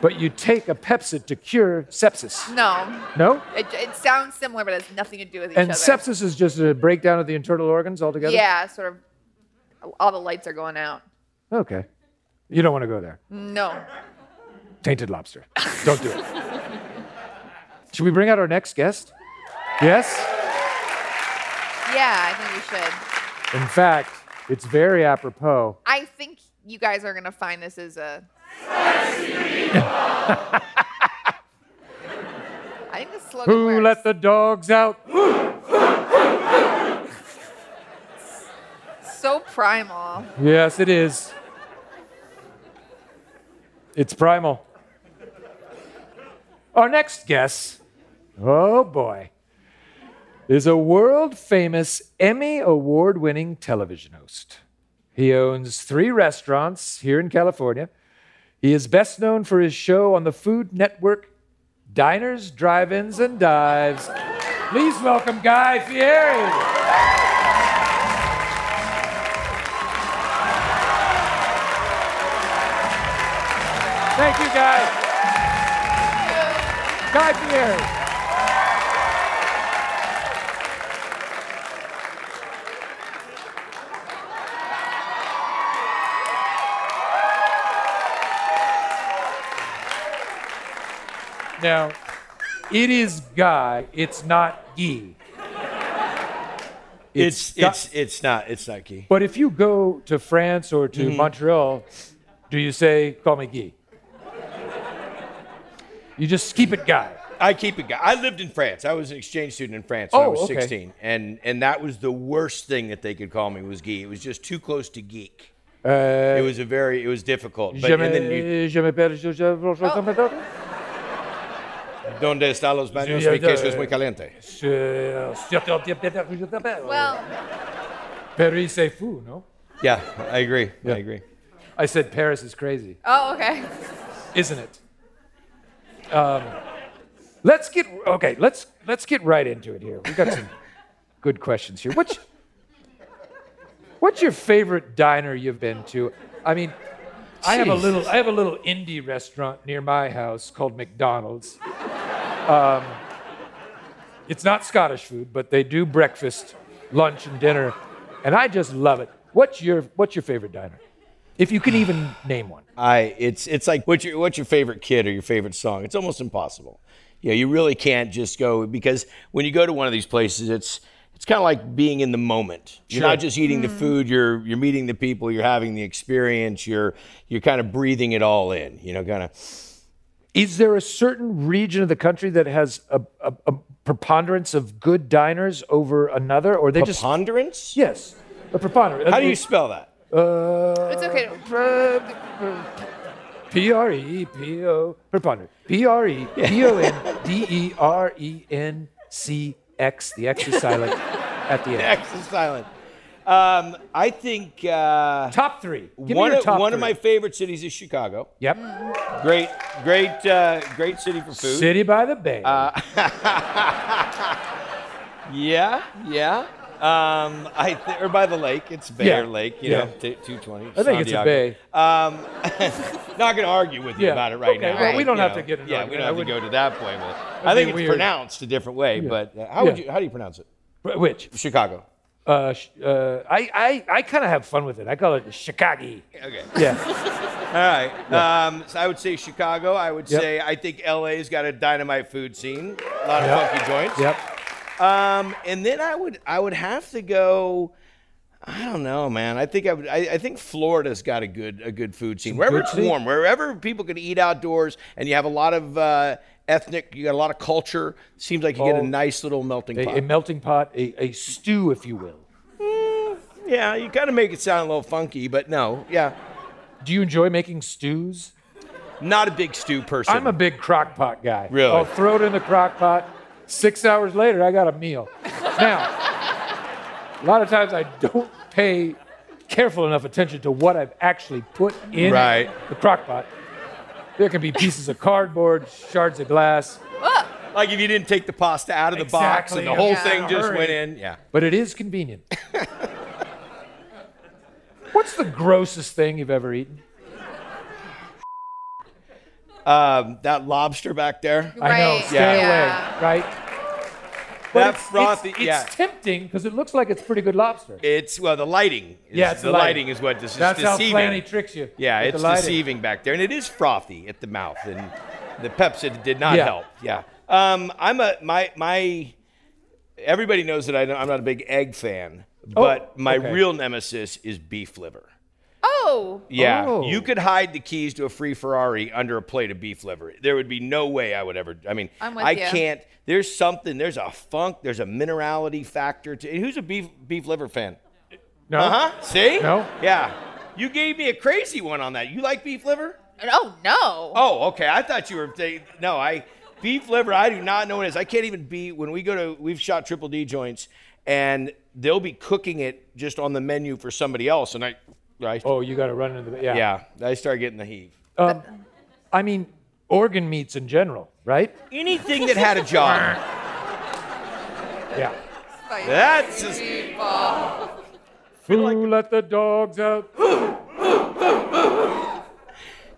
S5: But you take a Pepsid to cure sepsis.
S6: No.
S5: No?
S6: It, it sounds similar, but it has nothing to do with each
S5: And
S6: other.
S5: sepsis is just a breakdown of the internal organs altogether?
S6: Yeah, sort of. All the lights are going out.
S5: Okay. You don't want to go there.
S6: No.
S5: Tainted lobster. Don't do it. Should we bring out our next guest? Yes?
S6: Yeah, I think you should.
S5: In fact, it's very apropos.
S6: I think you guys are gonna find this as a. I think the slogan.
S5: Who
S6: works.
S5: let the dogs out?
S6: So primal.
S5: Yes, it is. It's primal. Our next guest, oh boy, is a world famous Emmy award winning television host. He owns three restaurants here in California. He is best known for his show on the Food Network, Diners, Drive Ins, and Dives. Please welcome Guy Fieri. Thank you, Guy. Guy Fieri. Now, it is Guy. It's not Guy.
S10: It's
S5: Guy-
S10: it's it's not it's not key.
S5: But if you go to France or to
S10: Mhm.
S5: Montreal, do you say "Call me Guy"? You just keep it Guy.
S10: I keep it. guy- I lived in France. I was an exchange student in France when I
S5: Oh,
S10: was
S5: okay.
S10: 16, and and that was the worst thing that they could call me was geek. It was just too close to geek.
S5: Uh,
S10: it was a very it was difficult. But
S5: Je
S10: and then you,
S5: me- je m'appelle Joseph
S10: Oh.
S5: François Trompetto.
S10: donde están los baños?
S5: Yeah,
S10: Mi queso
S5: yeah.
S10: es muy caliente.
S5: Je- Surtout bien, bien, bien, je t'appelle.
S6: Well,
S5: Paris c'est fou, no?
S10: Yeah, I agree. I agree.
S5: I said Paris is crazy.
S6: oh, okay.
S5: isn't it? Um, let's get okay. Let's let's get right into it here. We've got some good questions here. What's what's your favorite diner you've been to? I mean, I have a
S11: Jeez.
S5: little I have a little indie restaurant near my house called McDonald's. Um, it's not Scottish food, but they do breakfast, lunch, and dinner, and I just love it. What's your what's your favorite diner? If you can even name one.
S10: I it's it's like what's your what's your favorite kid or your favorite song? It's almost impossible. Yeah, you really can't just go because when you go to one of these places, it's it's kind of like being in the moment. You're
S12: Sure.
S10: not just eating
S5: Mm.
S10: the food. You're you're meeting the people. You're having the experience. You're you're kind of breathing it all in. You know, kind of.
S5: Is there a certain region of the country that has a, a, a preponderance of good diners over another, or they just
S10: preponderance?
S5: Yes, a preponderance.
S10: How do you spell that?
S5: Uh,
S6: It's okay. to-
S5: P R E P O preponderance. P R E P O N D E R E N C X. The X is silent at the end.
S10: X is silent. Um, I think uh,
S5: top three. Give me
S10: one
S5: your
S10: of,
S5: top
S10: one of
S5: three.
S10: my favorite cities is Chicago.
S5: Yep.
S10: Great, great, uh, great city for food.
S5: City by the Bay.
S10: Uh, yeah, yeah. Um, I th- or by the lake. It's Bay
S5: Yeah,
S10: or Lake. You
S5: yeah.
S10: know, t- two twenty.
S5: I think it's a bay.
S10: Um, not gonna argue with you
S5: Yeah,
S10: about it right
S5: okay,
S10: now.
S5: well, we
S10: you
S5: don't have to
S10: know.
S5: get into
S10: Yeah,
S5: it.
S10: we
S5: I
S10: don't have to
S5: wouldn't-
S10: go to that point. With. I
S5: That'd
S10: think
S5: be
S10: it's
S5: weird.
S10: pronounced a different way,
S5: Yeah.
S10: but uh, how would
S5: Yeah.
S10: you how do you pronounce it?
S5: Wh- Which?
S10: Chicago.
S5: Uh, sh- uh, I, I, I kind of have fun with it. I call it Chicago.
S10: Okay.
S5: Yeah.
S10: All right. Um, so I would say Chicago. I would
S5: Yep.
S10: say I think LA's got a dynamite food scene. A lot of
S5: Yep.
S10: funky joints.
S5: Yep.
S10: Um, and then I would I would have to go. I don't know, man. I think I would. I, I think Florida's got a good a good food scene. Wherever
S12: good
S10: it's
S12: food.
S10: warm, wherever people can eat outdoors, and you have a lot of uh, ethnic, you got a lot of culture. Seems like you get
S5: Oh,
S10: a nice little melting pot.
S5: a, a melting pot, a, a stew, if you will.
S10: Hmm, yeah, you kind of make it sound a little funky, but no, yeah.
S5: Do you enjoy making stews?
S10: Not a big stew person.
S5: I'm a big crock pot guy. Oh,
S10: Really?
S5: I'll throw it in the crock pot. Six hours later, I got a meal. Now, a lot of times I don't pay careful enough attention to what I've actually put in
S10: Right.
S5: the crock pot. There can be pieces of cardboard, shards of glass,
S10: like if you didn't take the pasta out of the box and
S5: Exactly.
S10: the whole
S5: Yeah.
S10: thing just
S5: Hurry.
S10: went in. Yeah.
S5: but it is convenient. What's the grossest thing you've ever eaten?
S10: Um, that lobster back there.
S5: I know. Stay away. Right. But
S10: That
S5: it's-
S10: frothy-
S5: It's,
S10: yeah.
S5: it's tempting because it looks like it's pretty good lobster.
S10: It's well, the lighting. Is,
S5: Yeah, it's
S10: the
S5: the lighting.
S10: lighting. is what this is
S5: That's how
S10: deceiving.
S5: Flanny tricks you
S10: Yeah,
S5: with the
S10: it's
S5: lighting.
S10: deceiving back there, and it is frothy at the mouth, and the Pepsi did not
S5: Yeah.
S10: help. Yeah, um, I'm a my my. Everybody knows that I don't, I'm not a big egg fan,
S6: Oh,
S10: but my
S6: okay.
S10: real nemesis is beef liver.
S6: Oh.
S10: Yeah, you could hide the keys to a free Ferrari under a plate of beef liver. There would be no way I would ever. I mean,
S6: I'm with
S10: I
S6: you.
S10: can't. There's something. There's a funk. There's a minerality factor to. Who's a beef beef liver fan?
S5: No.
S10: Uh huh. See?
S5: No.
S10: Yeah. You gave me a crazy one on that. You like beef liver?
S6: Oh no.
S10: Oh, okay. I thought you were. They, no, I beef liver. I do not know what it is. I can't even be when we go to. We've shot triple D joints, and they'll be cooking it just on the menu for somebody else, and I. I
S5: oh, you got to run into the yeah.
S10: Yeah, I start getting the heave.
S5: Um, I mean, organ meats in general, right?
S10: Anything that had a job.
S5: Yeah.
S10: That's just-
S5: Who let the dogs out?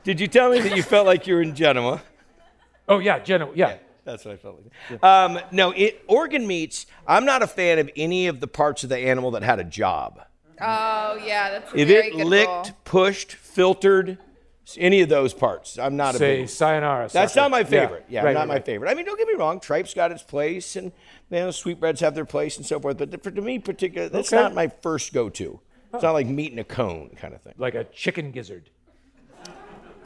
S10: Did you tell me that you felt like you were in Genoa?
S5: Oh yeah, Genoa. Yeah.
S10: That's what I felt like. Um, no, it, organ meats. I'm not a fan of any of the parts of the animal that had a job.
S6: Oh yeah, that's a
S10: If
S6: very
S10: it
S6: good
S10: licked,
S6: rule.
S10: pushed, filtered, s- any of those parts, I'm not a
S5: Say
S10: big.
S5: sayonara.
S10: That's
S5: sucker.
S10: not my
S5: Yeah,
S10: favorite. Yeah,
S5: right,
S10: not
S5: right,
S10: my
S5: right.
S10: favorite. I mean, don't get me wrong. Tripe's got its place, and you know, sweetbreads have their place, and so forth. But th- for, to me, particular, that's
S5: Okay.
S10: not my first go-to. It's not like meat in a cone kind of thing.
S5: Like a chicken gizzard.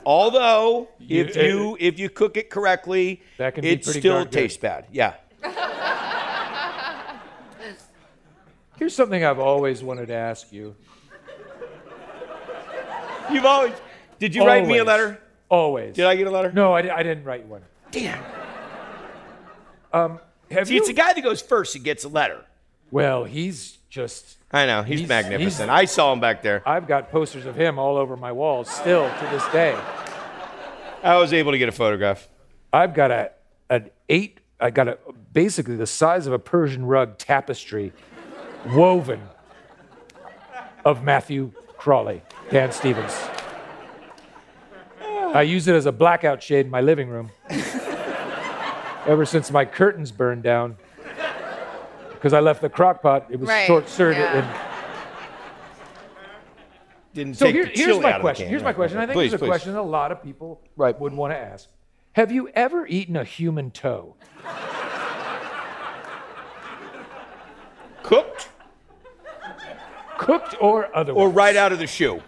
S10: Although,
S5: You-
S10: if you if you cook it correctly,
S5: That can be
S10: it
S5: pretty
S10: still
S5: darn good.
S10: tastes bad. Yeah.
S5: Here's something I've always wanted to ask you.
S10: You've always. Did you write me a
S5: Always.
S10: letter?
S5: Always.
S10: Did I get a letter?
S5: No, I, di- I didn't write one.
S10: Damn.
S5: Um, have
S10: See,
S5: you?
S10: it's the guy that goes first and gets a letter.
S5: well, he's just.
S10: I know he's,
S5: He's-
S10: magnificent.
S5: he's-
S10: I saw him back there.
S5: I've got posters of him all over my walls still to this day.
S10: I was able to get a photograph.
S5: I've got a an eight. I got a basically the size of a Persian rug tapestry, woven of Matthew Crawley, Dan Stevens. I use it as a blackout shade in my living room. Ever since my curtains burned down, because I left the crock pot, it was
S6: Right,
S5: short circuit.
S6: yeah.
S5: And
S10: Didn't
S5: so
S10: Mm, take
S5: here-
S10: the
S5: here's
S10: chili out
S5: my
S10: of the
S5: question.
S10: can.
S5: Here's my
S10: Right,
S5: question.
S10: right.
S5: I think
S10: Please,
S5: it's a
S10: please.
S5: question a lot of people
S10: Right.
S5: would want to ask. Have you ever eaten a human toe?
S10: Cooked
S5: cooked or otherwise.
S10: or right out of the shoe?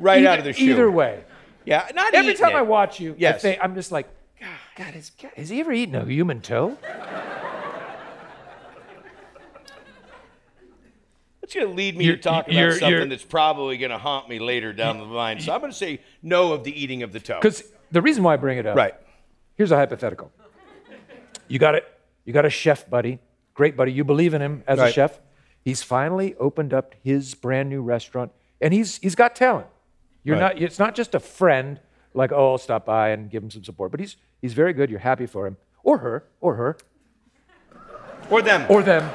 S10: Right
S5: either,
S10: out of the shoe.
S5: Either way.
S10: Yeah. Not
S5: Every
S10: eating
S5: time
S10: it.
S5: I watch you, I
S10: Yes.
S5: think, I'm just like, God, God has, has he ever eaten a human toe?
S10: It's going to lead me
S5: You're-
S10: to talk about
S5: you're-
S10: something
S5: you're-
S10: that's probably going to haunt me later down the line. So I'm going to say no of the eating of the toe.
S5: Because the reason why I bring it up,
S10: Right.
S5: Here's a hypothetical. You got it. You got a chef buddy, great buddy. You believe in him as
S10: Right.
S5: a chef. He's finally opened up his brand new restaurant, and he's he's got talent. You're
S10: Right.
S5: not. It's not just a friend like oh I'll stop by and give him some support, but he's he's very good. You're happy for him or her or her.
S10: Or them.
S5: or them,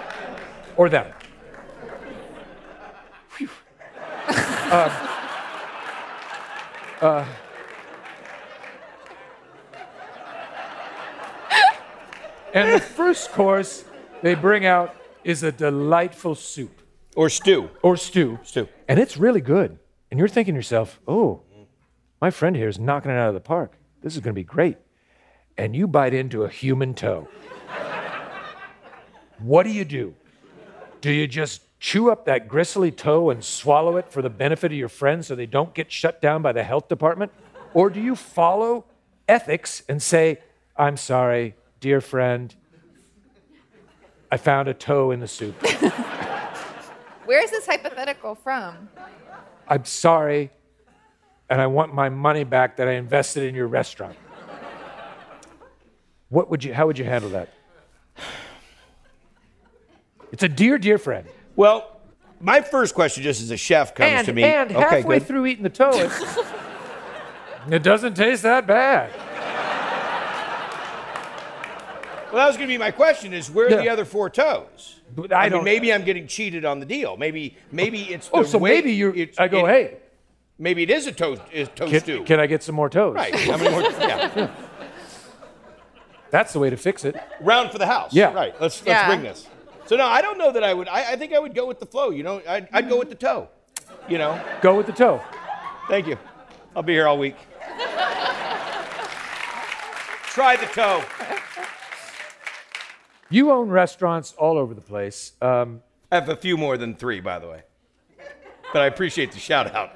S5: or them. Phew. Um, uh, and the first course they bring out is a delightful soup
S10: Or stew.
S5: or stew,
S10: Stew.
S5: and it's really good. And you're thinking to yourself, oh, my friend here is knocking it out of the park. This is going to be great. And you bite into a human toe. what do you do? Do you just chew up that gristly toe and swallow it for the benefit of your friends so they don't get shut down by the health department? Or do you follow ethics and say, I'm sorry, dear friend, I found a toe in the soup.
S6: Where is this hypothetical from?
S5: I'm sorry, and I want my money back that I invested in your restaurant. What would you, how would you handle that? It's a dear, dear friend.
S10: Well, my first question, just as a chef, comes
S5: and
S10: to me.
S5: and
S10: Okay,
S5: halfway
S10: good.
S5: through eating the toe, it's- it doesn't taste that bad.
S10: Well, that was going to be my question: is where are the
S5: Yeah.
S10: other four toes?
S5: But I
S10: mean,
S5: don't-
S10: maybe I'm getting cheated on the deal. Maybe, maybe it's.
S5: Oh,
S10: the
S5: so
S10: way-
S5: maybe you're.
S10: it's-
S5: I go,
S10: it-
S5: hey,
S10: Maybe it is a toast is toast stew.
S5: Can, can I get some more toes?
S10: Right. How many more? Yeah.
S5: That's the way to fix it.
S10: Round for the house.
S5: Yeah.
S10: Right. Let's let's
S5: Yeah.
S10: bring this. So no, I don't know that I would. I, I think I would go with the flow. You know, I'd, I'd go with the toe. You know.
S5: Go with the toe.
S10: Thank you. I'll be here all week. Try the toe.
S5: You own restaurants all over the place. Um,
S10: I have a few more than three, by the way. But I appreciate the shout out.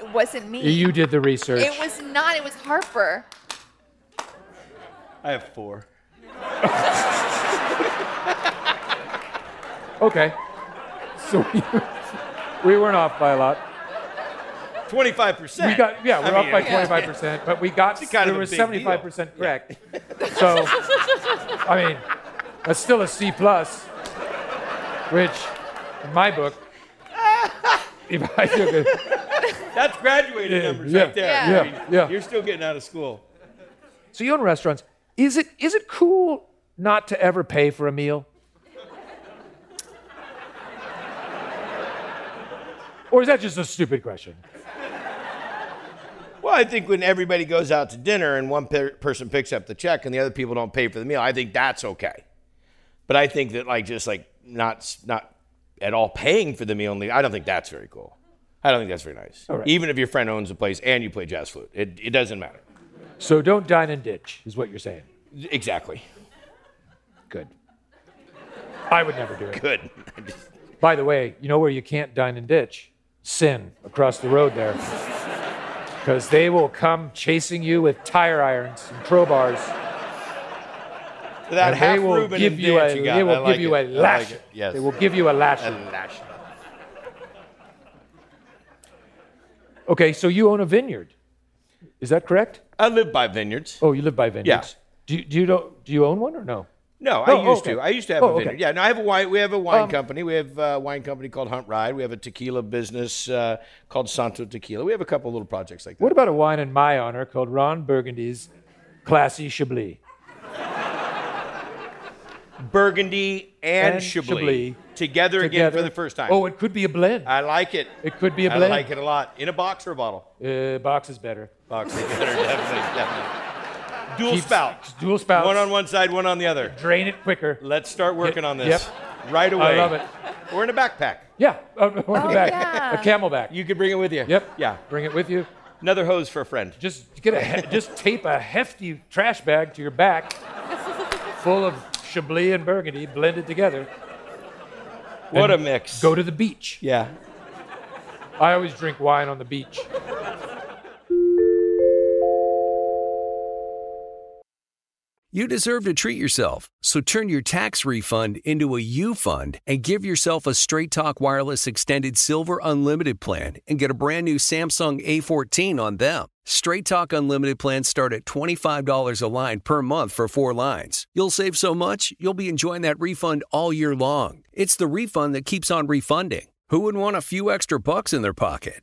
S6: It wasn't me.
S5: you did the research.
S6: It was not. It was Harper.
S10: I have four.
S5: Okay. So we, we weren't off by a lot.
S10: 25%.
S5: We got yeah,
S10: I
S5: we're
S10: mean,
S5: up by
S10: yeah.
S5: 25%, but we got
S10: It's kind
S5: we
S10: of a
S5: were
S10: big
S5: 75% correct. So I mean, that's still a C plus, which in my book if I took it
S10: That's graduated
S5: Yeah,
S10: numbers
S5: yeah,
S10: right there.
S5: yeah,
S10: I mean,
S5: yeah.
S10: You're still getting out of school.
S5: So you own restaurants. Is it is it cool not to ever pay for a meal? Or is that just a stupid question?
S10: Well, I think when everybody goes out to dinner and one per- person picks up the check and the other people don't pay for the meal, I think that's okay. But I think that like just like not s- not at all paying for the meal, and leave- I don't think that's very cool. I don't think that's very nice.
S5: All right.
S10: Even if your friend owns the place and you play jazz flute, it, it doesn't matter.
S5: So don't dine and ditch is what you're saying.
S10: Exactly.
S5: Good. I would never do it.
S10: Good.
S5: By the way, you know where you can't dine and ditch? Sin across the road there. Because they will come chasing you with tire irons and crowbars.
S10: That
S5: and
S10: half
S5: they will
S10: Reuben
S5: give
S10: and
S5: you
S10: Dance
S5: a
S10: you got,
S5: they
S10: I
S5: will
S10: like
S5: give you a
S10: it. I like
S5: lash.
S10: it, yes.
S5: They will give you a lash. Okay, so you own a vineyard. Is that correct?
S10: I live by vineyards.
S5: Oh, you live by vineyards.
S10: Yeah.
S5: Do you, do you don't, do you own one or no?
S10: No,
S5: Oh,
S10: I used
S5: okay.
S10: to. I used to have
S5: Oh,
S10: a
S5: okay.
S10: vineyard. Yeah, no, I have a wine. We have a wine
S5: Um,
S10: company. We have a wine company called Hunt Ride. We have a tequila business uh, called Santo Tequila. We have a couple little projects like that.
S5: What about a wine in my honor called Ron Burgundy's Classy Chablis?
S10: Burgundy and,
S5: And
S10: Chablis,
S5: Chablis
S10: together, again for
S5: Together.
S10: the first time.
S5: Oh, it could be a blend.
S10: I like it.
S5: It could be a
S10: I
S5: blend.
S10: like it a lot. In a box or a bottle?
S5: Uh, box is better.
S10: Box is better, definitely. definitely. Dual
S5: Keeps-
S10: spout.
S5: dual spouts.
S10: One on one side, one on the other.
S5: Drain it quicker.
S10: Let's start working
S5: Yep.
S10: on this right away.
S5: I love it.
S10: We're in a backpack.
S5: Yeah, a, a back,
S6: yeah.
S5: a camelback.
S10: You can bring it with you.
S5: Yep.
S10: Yeah.
S5: Bring it with you.
S10: Another hose for a friend.
S5: Just get a he- just tape a hefty trash bag to your back, full of Chablis and Burgundy blended together.
S10: What a
S5: And
S10: mix.
S5: Go to the beach.
S10: Yeah.
S5: I always drink wine on the beach.
S1: You deserve to treat yourself, so turn your tax refund into a U fund and give yourself a Straight Talk Wireless Extended Silver Unlimited plan and get a brand new Samsung A14 on them. Straight Talk Unlimited plans start at $25 a line per month for four lines. You'll save so much, you'll be enjoying that refund all year long. It's the refund that keeps on refunding. Who would want a few extra bucks in their pocket?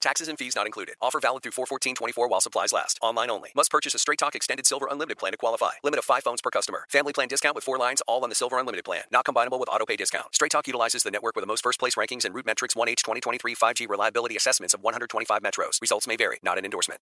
S1: Taxes and fees not included. Offer valid through 41424 while supplies last. Online only. Must purchase a Straight Talk Extended Silver Unlimited plan to qualify. Limit of 5 phones per customer. Family plan discount with 4 lines all on the Silver Unlimited plan. Not combinable with autopay discount. Straight Talk utilizes the network with the most first place rankings and root metrics 1H 2023 5G reliability assessments of 125 metros. Results may vary. Not an endorsement.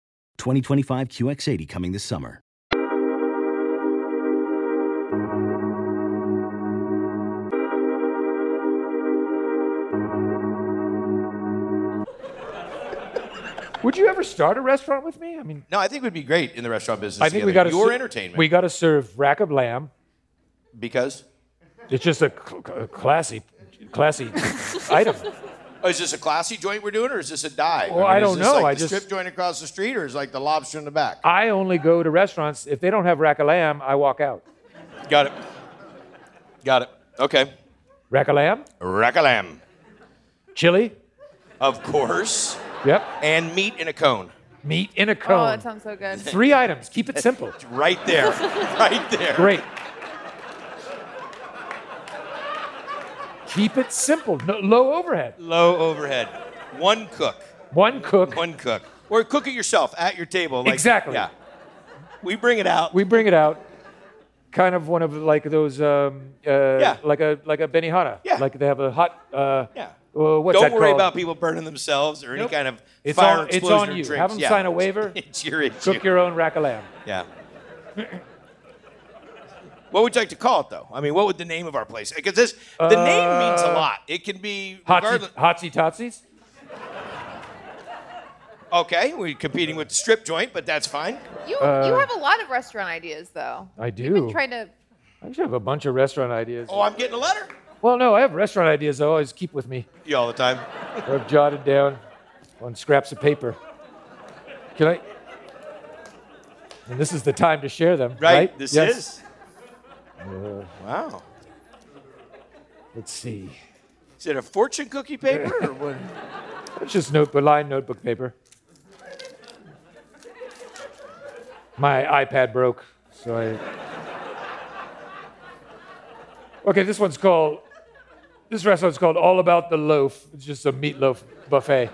S8: 2025 QX80 coming this summer.
S5: Would you ever start a restaurant with me? I mean,
S10: No, I think we'd be great in the restaurant business.
S5: I think we got
S10: together.
S5: to
S10: your entertainment.
S5: We got to serve rack of lamb.
S10: because
S5: It's just a cl- cl- classy, classy item.
S10: oh, is this a classy joint we're doing, or is this a dive?
S5: Well, I
S10: is
S5: don't
S10: this
S5: know.
S10: Like
S5: I
S10: the
S5: just-
S10: strip joint across the street, or is it like the lobster in the back?
S5: I only go to restaurants if they don't have rack of lamb. I walk out.
S10: Got it. Got it. Okay.
S5: Rack of lamb,
S10: Rackalam.
S5: chili.
S10: Of course.
S5: Yep.
S10: And meat in a cone.
S5: Meat in a
S6: Oh,
S5: cone.
S6: that sounds so good.
S5: Three items. Keep it simple.
S10: Right there. right there.
S5: Great. Keep it simple. No, low overhead.
S10: Low overhead. One cook.
S5: One cook.
S10: One cook. Or cook it yourself at your table. Like,
S5: Exactly.
S10: Yeah. We bring it out.
S5: We bring it out. Kind of one of like those, um, uh,
S10: Yeah.
S5: like a like a Benihana. Yeah. Like they have a hot. Uh,
S10: yeah.
S5: Well, what's
S10: don't
S5: that
S10: worry
S5: called?
S10: about people burning themselves or any
S5: Nope.
S10: kind of
S5: It's
S10: fire
S5: on- it's
S10: explosion
S5: on
S10: or
S5: you.
S10: drinks.
S5: Have 'em
S10: Yeah.
S5: sign a waiver.
S10: it's your issue.
S5: Cook your own rack of lamb.
S10: Yeah. what would you like to call it, though? I mean, what would the name of our place? Because this, the name means a
S5: Uh,
S10: lot. It can be
S5: Hotsy,
S10: regardless-
S5: hotsy totsies.
S10: Okay, we're competing with the strip joint, but that's fine.
S6: You you
S5: Uh,
S6: have a lot of restaurant ideas though.
S5: I
S6: You've
S5: do.
S6: been trying to.
S5: I actually have a bunch of restaurant ideas.
S10: Oh, I'm getting a letter.
S5: Well, no, I have restaurant ideas I always keep with me.
S10: You all the time.
S5: or I've jotted down on scraps of paper. Can I? And this is the time to share them, right?
S10: Right? This
S5: Yes.
S10: is.
S5: Uh,
S10: Wow.
S5: let's see.
S10: Is it a fortune cookie paper or what?
S5: It's just notebook, line notebook paper. My iPad broke, so I. Okay, this one's called. This restaurant's called All About the Loaf. It's just a meatloaf buffet.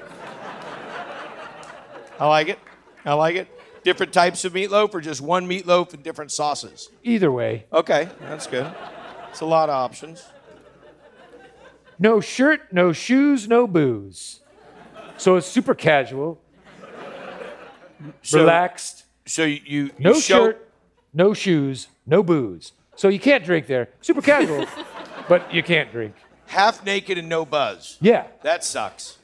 S10: I like it. I like it. Different types of meatloaf or just one meatloaf and different sauces?
S5: Either way,
S10: Okay, that's good. It's a lot of options.
S5: no shirt, no shoes, no booze. So it's super casual,
S10: So-
S5: relaxed.
S10: So you, you
S5: No
S10: show-
S5: shirt, no shoes, no booze. So you can't drink there. Super casual, but you can't drink.
S10: half naked and no buzz.
S5: Yeah.
S10: That sucks.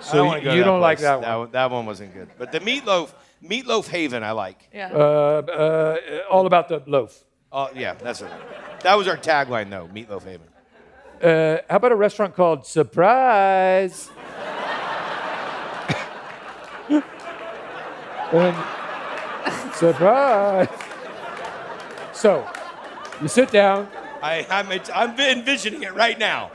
S5: So
S10: wanna
S5: you-
S10: go to
S5: you don't like
S10: place.
S5: that
S10: That one. That one wasn't good. But the meatloaf, meatloaf haven, I like.
S5: Uh, uh, all about the loaf.
S10: Oh yeah, that's it. That was our tagline though, meatloaf haven.
S5: Uh, how about a restaurant called Surprise? And- surprise. So you sit down,
S10: I, I'm, I'm envisioning it right now.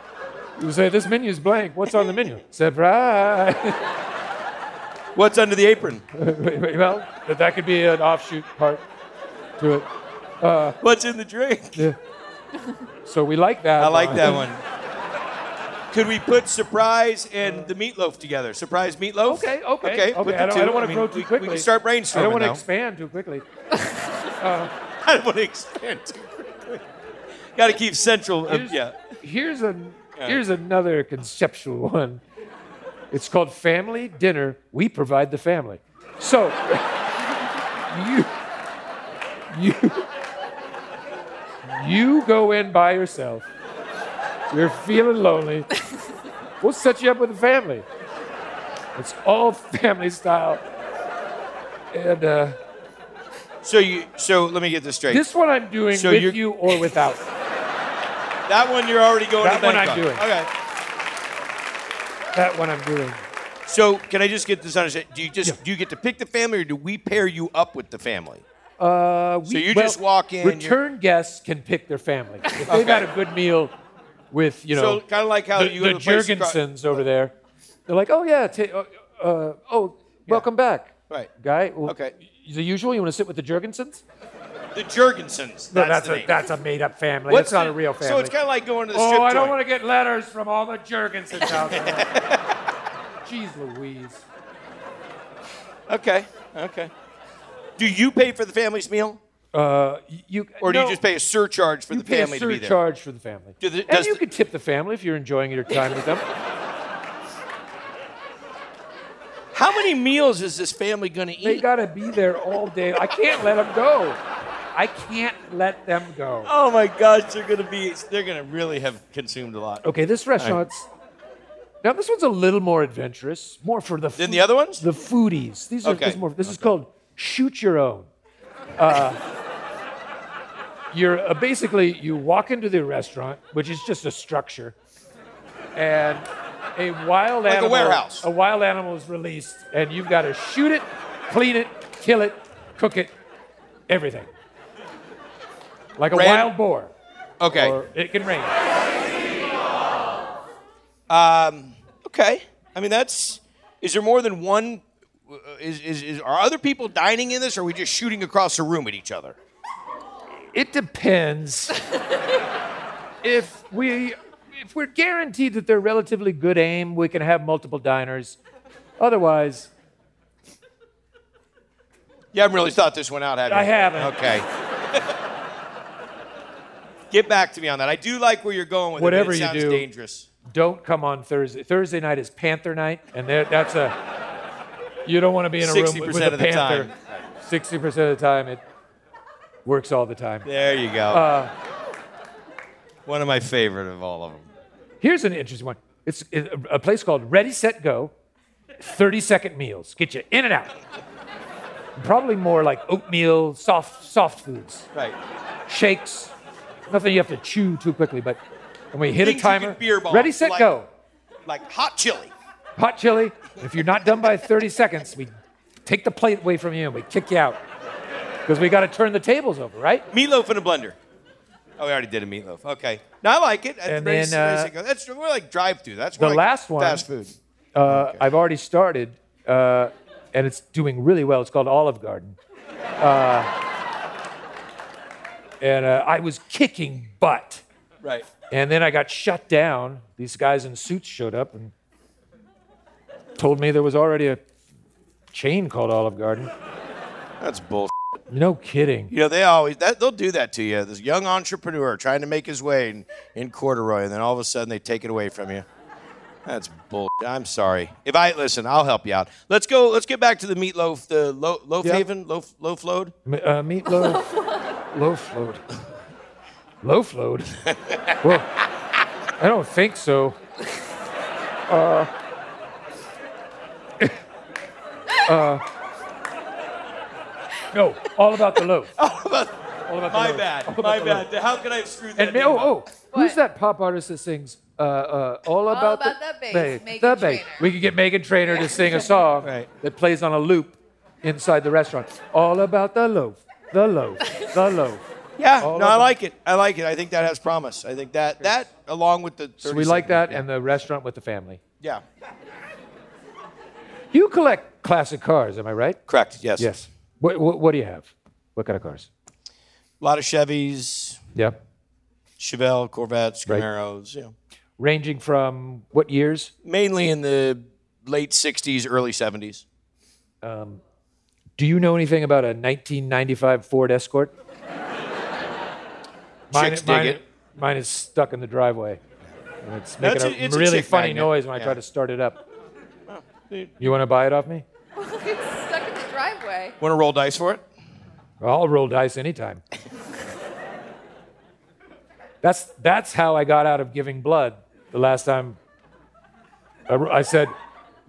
S5: you say, This menu's blank. What's on the menu? Surprise.
S10: What's under the apron?
S5: well, that- that could be an offshoot part to it. Uh,
S10: What's in the drink?
S5: yeah. So we like that.
S10: I like that one. Could we put surprise and the meatloaf together? Surprise meatloaf.
S5: Okay, okay, okay.
S10: Okay. put the
S5: I don't,
S10: two.
S5: want to
S10: mean,
S5: grow too
S10: we,
S5: quickly.
S10: We can start brainstorming.
S5: I don't Uh, want to
S10: now.
S5: expand too quickly.
S10: I don't want to expand too quickly. Got to keep central. uh,
S5: Here's-
S10: yeah.
S5: Here's a here's another conceptual one. It's called Family Dinner. We provide the family. So you you you go in by yourself. You're feeling lonely. We'll set you up with a family. It's all family style. And uh,
S10: So you so let me get this straight.
S5: this one I'm doing
S10: So
S5: with
S10: you're-
S5: you or without.
S10: that one you're already going
S5: That
S10: to bank
S5: one I'm
S10: on.
S5: doing.
S10: Okay.
S5: That one I'm doing.
S10: So can I just get this understood? Do you just do you get to pick the family or do we pair you up with the family?
S5: Uh, we,
S10: So you
S5: well,
S10: just walk in, you're-
S5: Return guests can pick their family. If they've had a good meal with, you know,
S10: So kinda like how
S5: the,
S10: you
S5: the
S10: go to the place across-
S5: Jurgensens over there. They're like, oh yeah, ta- uh, uh, oh, welcome back,
S10: Right.
S5: guy. Well,
S10: Okay.
S5: The usual. You want to sit with the Jurgensens?
S10: The Jurgensens. That's,
S5: No, that's
S10: the
S5: a-
S10: name.
S5: that's a made-up family.
S10: What's
S5: That's not
S10: the-
S5: a real
S10: So
S5: family.
S10: it's kind of like going to the
S5: oh,
S10: strip
S5: I don't
S10: joint.
S5: want to get letters from all the Jurgensens out there. Jeez Louise.
S10: Okay. Okay. Do you pay for the family's meal?
S5: Uh, you
S10: or do you
S5: no.
S10: just pay a surcharge for
S5: You
S10: the
S5: pay
S10: family
S5: a
S10: to be there?
S5: surcharge for the family.
S10: Do the-
S5: and
S10: does
S5: you
S10: the-
S5: could tip the family if you're enjoying your time with them.
S10: How many meals is this family going to eat?
S5: They gotta be there all day. I can't let them go. I can't let them go.
S10: Oh my gosh, they're gonna be they're gonna really have consumed a lot.
S5: Okay, this restaurant's now this one's a little more adventurous, more for the
S10: Than the other ones?
S5: The foodies. These are
S10: Okay.
S5: this is more. This is called shoot your own. Uh, you're uh, basically you walk into the restaurant, which is just a structure, and a wild
S10: Like a
S5: animal,
S10: warehouse.
S5: a wild animal is released, and you've got to shoot it, clean it, kill it, cook it, everything. Like a
S10: Ran-
S5: wild boar.
S10: Okay.
S5: Or it can rain.
S10: Um, okay. I mean that's is there more than one uh, is, is, is are other people dining in this or are we just shooting across the room at each other?
S5: It depends. if we if we're guaranteed that they're relatively good aim, we can have multiple diners. Otherwise,
S10: You haven't really thought this one out, have you?
S5: I haven't.
S10: Okay. Get back to me on that. I do like where you're going with
S5: whatever
S10: it. but
S5: you
S10: it sounds
S5: do,
S10: dangerous.
S5: Don't come on Thursday. Thursday night is Panther night, and there- that's a you don't want to be in a room with,
S10: 60%
S5: with a
S10: of the
S5: panther.
S10: time.
S5: Sixty percent of the time, it works all the time.
S10: There you go.
S5: Uh,
S10: one of my favorite of all of them.
S5: Here's an interesting one. It's a- a place called Ready Set Go. 30 second meals. Get you in and out. Probably more like oatmeal, soft soft foods.
S10: Right.
S5: Shakes. Nothing you have to chew too quickly, but and we hit
S10: Things
S5: a
S10: you can
S5: timer.
S10: beer bomb,
S5: Ready set
S10: like-
S5: go.
S10: Like hot chili.
S5: Hot chili. If you're not done by 30 seconds, we take the plate away from you and we kick you out. Because we got to turn the tables over, right?
S10: Meatloaf in a blender. Oh, we already did a meatloaf. Okay. No, I like it. That's
S5: And
S10: very-
S5: then, uh,
S10: very sick. that's more like drive-through. That's
S5: The
S10: more like
S5: last one.
S10: Fast food.
S5: Uh, I've already started, uh, and it's doing really well. It's called Olive Garden. Uh, and uh, I was kicking butt.
S10: Right.
S5: And then I got shut down. These guys in suits showed up and told me there was already a chain called Olive Garden.
S10: That's bull.
S5: No kidding.
S10: You know, they always that they'll do that to you. This young entrepreneur trying to make his way in, in corduroy, and then all of a sudden they take it away from you. That's bull. I'm sorry. If I listen, I'll help you out. Let's go. Let's get back to the meatloaf. The lo, loaf
S5: Yeah.
S10: haven. Loaf loaf load.
S5: M- uh, meatloaf. Loaf load. Loaf load? Whoa. I don't think so. Uh, uh, no, all about the loaf.
S10: Oh,
S5: All about the
S10: My
S5: loaf. All
S10: bad.
S5: about
S10: My
S5: the
S10: bad.
S5: loaf.
S10: How could I have screwed that?
S5: And ma-
S10: name
S5: oh,
S10: up?
S5: oh, who's that pop artist that sings uh, uh, all, about
S6: About That Bass, Megan
S5: the bass. We could get Megan Trainor to sing a song that plays on a loop inside the restaurant. All about the loaf, the loaf, the loaf.
S10: Yeah,
S5: All
S10: no, I
S5: about-
S10: like it. I like it. I think that has promise. I think that that along with the 30
S5: So we like
S10: second-
S5: that, and the restaurant with the family.
S10: Yeah.
S5: You collect classic cars, am I right?
S10: Correct. Yes.
S5: Yes. What, what, what do you have? What kind of cars?
S10: A lot of Chevys,
S5: Yeah.
S10: Chevelle, Corvettes,
S5: Right.
S10: Camaros. You know,
S5: Ranging from what years?
S10: mainly in the late '60s, early '70s.
S5: Um, do you know anything about a 1995 Ford Escort?
S10: Chicks dig
S5: mine,
S10: it.
S5: mine is stuck in the driveway. And it's
S10: That's
S5: making
S10: a-
S5: a,
S10: it's a
S5: really
S10: chick
S5: funny
S10: magnet.
S5: noise when I
S10: Yeah.
S5: try to start it up. You want to buy it off me?
S6: it's stuck in the driveway.
S10: Want to roll dice for it?
S5: I'll roll dice anytime. that's, that's how I got out of giving blood the last time. I, I said,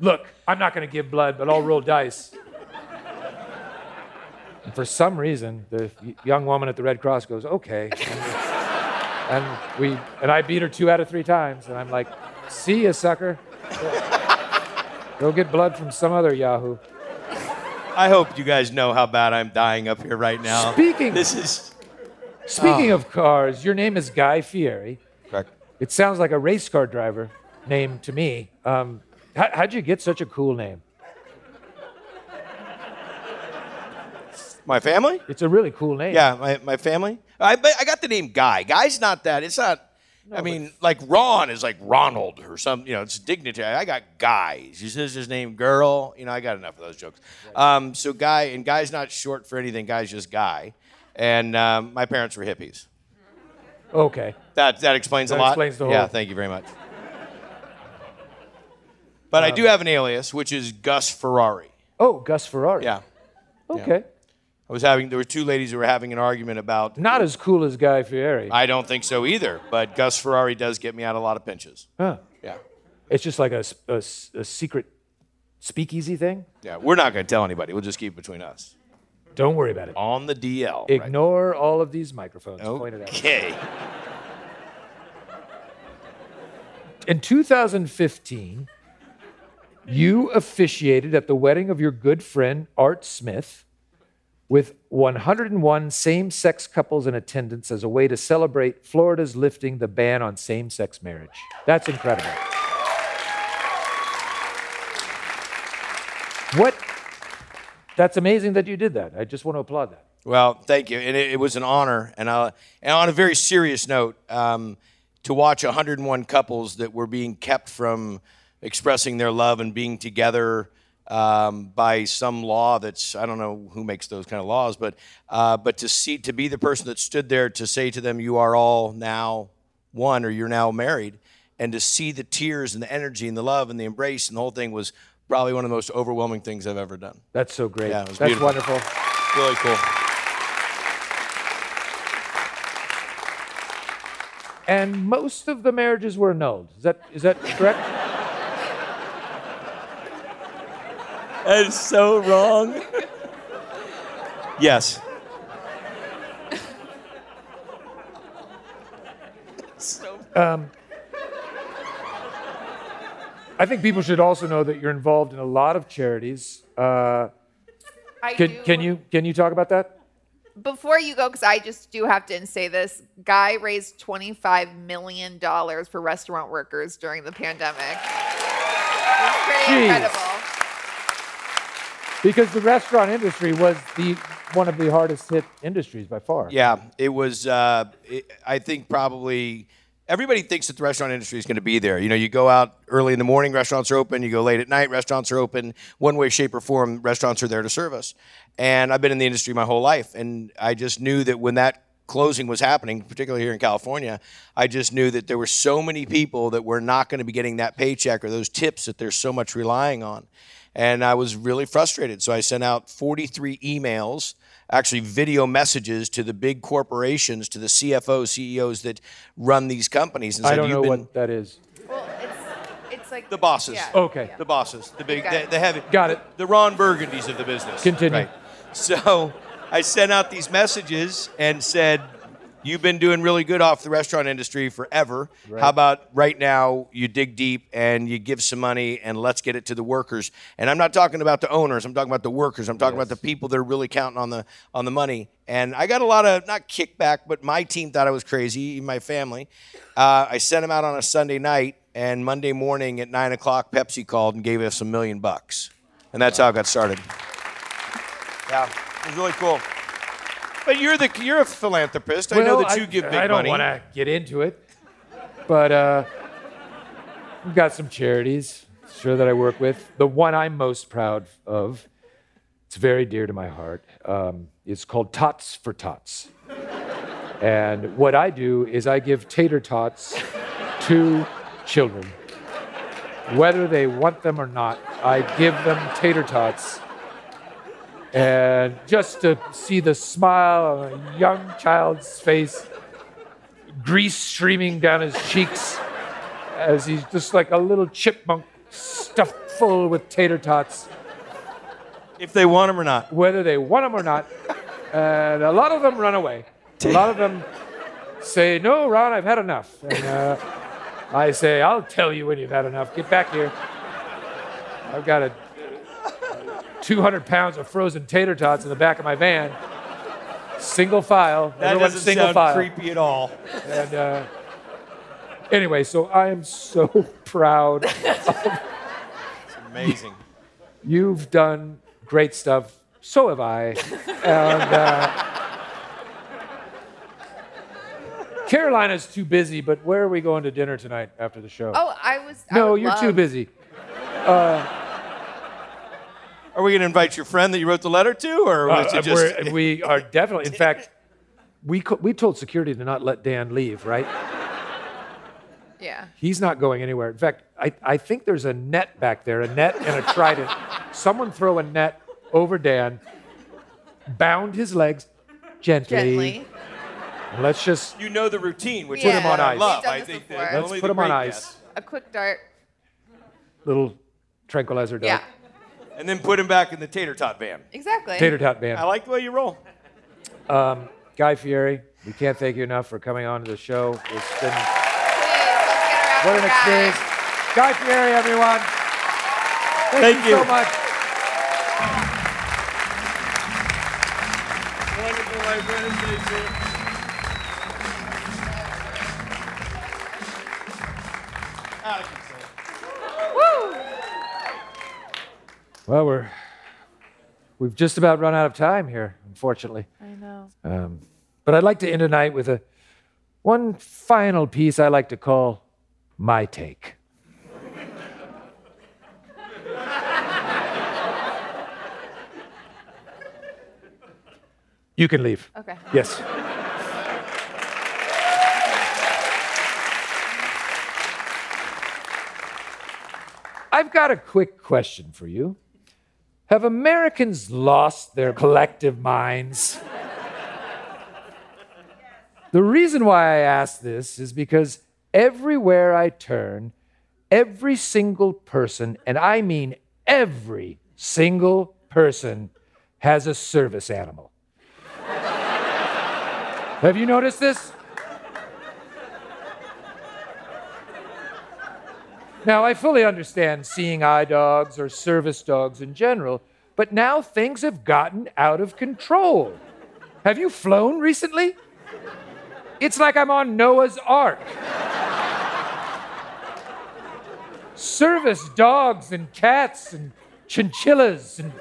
S5: Look, I'm not going to give blood, but I'll roll dice. And for some reason, the y- young woman at the Red Cross goes, Okay. And, and, we, and I beat her two out of three times. And I'm like, See ya, sucker. Go get blood from some other Yahoo.
S10: I hope you guys know how bad I'm dying up here right now.
S5: Speaking-
S10: Uh, this is uh,
S5: Speaking of cars, your name is Guy Fieri.
S10: Correct.
S5: It sounds like a race car driver name to me. Um, how, how'd you get such a cool name?
S10: my family.
S5: It's a really cool name.
S10: Yeah, my, my family. I but I got the name Guy. Guy's not that. It's not. I mean, like Ron is like Ronald or some. You know, it's dignitary. I got Guy. She says his name Girl. You know, I got enough of those jokes. Um, so Guy and Guy's not short for anything. Guy's just Guy. And um, my parents were hippies.
S5: Okay.
S10: That that explains
S5: That
S10: a lot.
S5: explains the
S10: Yeah,
S5: whole-
S10: thank you very much. But I
S5: Um,
S10: do have an alias, which is Gus Ferrari.
S5: Oh, Gus Ferrari.
S10: Yeah.
S5: Okay.
S10: I was having there were two ladies who were having an argument about Uh,
S5: Not as cool as Guy Fieri.
S10: I don't think so either, but Gus Ferrari does get me out a lot of pinches.
S5: Huh.
S10: Yeah.
S5: It's just like a, s- a s- a secret speakeasy thing.
S10: Yeah, we're not going to tell anybody. We'll just keep it between us.
S5: Don't worry about it.
S10: On the DL. right?
S5: Ignore all of these microphones pointed at you.
S10: Okay.
S5: In 2015, you officiated at the wedding of your good friend Art Smith with 101 same sex couples in attendance as a way to celebrate Florida's lifting the ban on same sex marriage. That's incredible. What? That's amazing that you did that. I just want to applaud that.
S10: Well, thank you. And it, it was an honor. And, uh, and on a very serious note, um, to watch 101 couples that were being kept from expressing their love and being together um, by some law that's, I don't know who makes those kind of laws, but, uh, but to see, to be the person that stood there to say to them, you are all now one or you're now married, and to see the tears and the energy and the love and the embrace and the whole thing was probably one of the most overwhelming things I've ever done.
S5: That's so great.
S10: Yeah, it was
S5: That's
S10: beautiful.
S5: wonderful.
S10: Really cool.
S5: And most of the marriages were annulled. Is that is that correct?
S10: That is so wrong. Yes.
S5: um, I think people should also know that you're involved in a lot of charities. Uh,
S6: I
S5: can,
S6: do-
S5: can you can you talk about that?
S6: Before you go, because I just do have to say this guy raised $25 million for restaurant workers during the pandemic. It's pretty
S5: Jeez.
S6: incredible.
S5: Because the restaurant industry was the one of the hardest hit industries by far.
S10: Yeah, it was. Uh, it, I think probably everybody thinks that the restaurant industry is going to be there. You know, you go out early in the morning, restaurants are open. You go late at night, restaurants are open. One way, shape, or form, restaurants are there to serve us. And I've been in the industry my whole life, and I just knew that when that closing was happening, particularly here in California, I just knew that there were so many people that were not going to be getting that paycheck or those tips that there's so much relying on. And I was really frustrated. So I sent out 43 emails actually video messages to the big corporations, to the CFO, CEOs E that run these companies. And
S5: I
S10: said,
S5: don't
S10: "You've
S5: know
S10: been
S5: what that is.
S6: It's like
S10: the bosses.
S6: Yeah.
S5: Okay.
S10: The bosses, the big,
S6: Got
S10: the,
S6: it.
S10: the heavy.
S5: Got it.
S10: The Ron Burgundies of the business.
S5: Continue.
S10: Right. So I sent out these messages and said, You've been doing really good off the restaurant industry forever.
S13: Right.
S10: How about right now you dig deep and you give some money and let's get it to the workers. And I'm not talking about the owners, I'm talking about the workers. I'm talking about the people that are really counting on the on the money. And I got a lot of not kickback, but my team thought I was crazy, even my family. Uh, I sent them out on a Sunday night, and Monday morning at nine o'clock, Pepsi called and gave us a million bucks, and that's how it got started. Yeah, it was really cool. But you're the you're a philanthropist. I know
S5: Well,
S10: that you give big
S5: I don't
S10: money.
S5: want to get into it, but uh, we've got some charities, sure that I work with. The one I'm most proud of, it's very dear to my heart. Um, it's called Tots for Tots, and what I do is I give tater tots to children. whether they want them or not. I give them tater tots. And just to see the smile on a young child's face, grease streaming down his cheeks as he's just like a little chipmunk stuffed full with tater tots.
S10: If they want them or not.
S5: Whether they want them or not. And a lot of them run away. A lot of them say, No, Ron, I've had enough. And uh, I say, I'll tell you when you've had enough. Get back here. I've got a 200 pounds of frozen tater tots in the back of my van. Single file.
S10: That
S5: Everyone's
S10: doesn't
S5: single
S10: sound
S5: file.
S10: creepy at all.
S5: And uh, anyway, so I am so proud.
S10: Amazing.
S5: You've done great stuff. So have I. And, uh, Carolina's too busy, but where are we going to dinner tonight after the show?
S6: Oh, I was. I
S5: no,
S6: would
S5: you're too
S6: love-
S5: busy. Uh,
S10: Are we going to invite your friend that you wrote the letter to, or
S5: Uh,
S10: was it just?
S5: we're- we are definitely. In fact, we co- we told security to not let Dan leave. Right?
S6: Yeah.
S5: He's not going anywhere. In fact, I, I think there's a net back there, a net and a trident. Someone throw a net over Dan, bound his legs gently.
S6: Gently.
S5: and Let's just
S10: You know the routine, which
S5: Put
S10: is
S5: him
S10: what
S5: on
S10: I
S5: ice.
S10: love.
S5: We've done
S10: I
S6: this
S10: think
S6: before.
S10: that
S5: Let's
S10: only
S5: put
S10: the
S5: him on
S10: great
S5: ice.
S10: guests.
S6: A quick dart.
S5: little tranquilizer dart.
S6: Yeah.
S10: And then put him back in the tater tot van.
S6: Exactly.
S5: Tater tot van.
S10: I like the way you roll.
S5: Um, Guy Fieri, we can't thank you enough for coming on to the show. It's been what an experience. Guy Fieri, everyone. Thank,
S10: Thank
S5: you so
S10: you.
S5: much.
S10: Wonderful, my friend.
S6: Woo!
S5: Well, we're we've just about run out of time here, unfortunately.
S6: I know.
S5: Um, but I'd like to end tonight with a one final piece I like to call my take. you can leave.
S6: Okay.
S5: Yes. I've got a quick question for you. Have Americans lost their collective minds? the reason why I ask this is because everywhere I turn, every single person, and I mean every single person, has a service animal. Have you noticed this? Now, I fully understand seeing eye dogs or service dogs in general, but now things have gotten out of control. Have you flown recently? It's like I'm on Noah's Ark. service dogs and cats and chinchillas and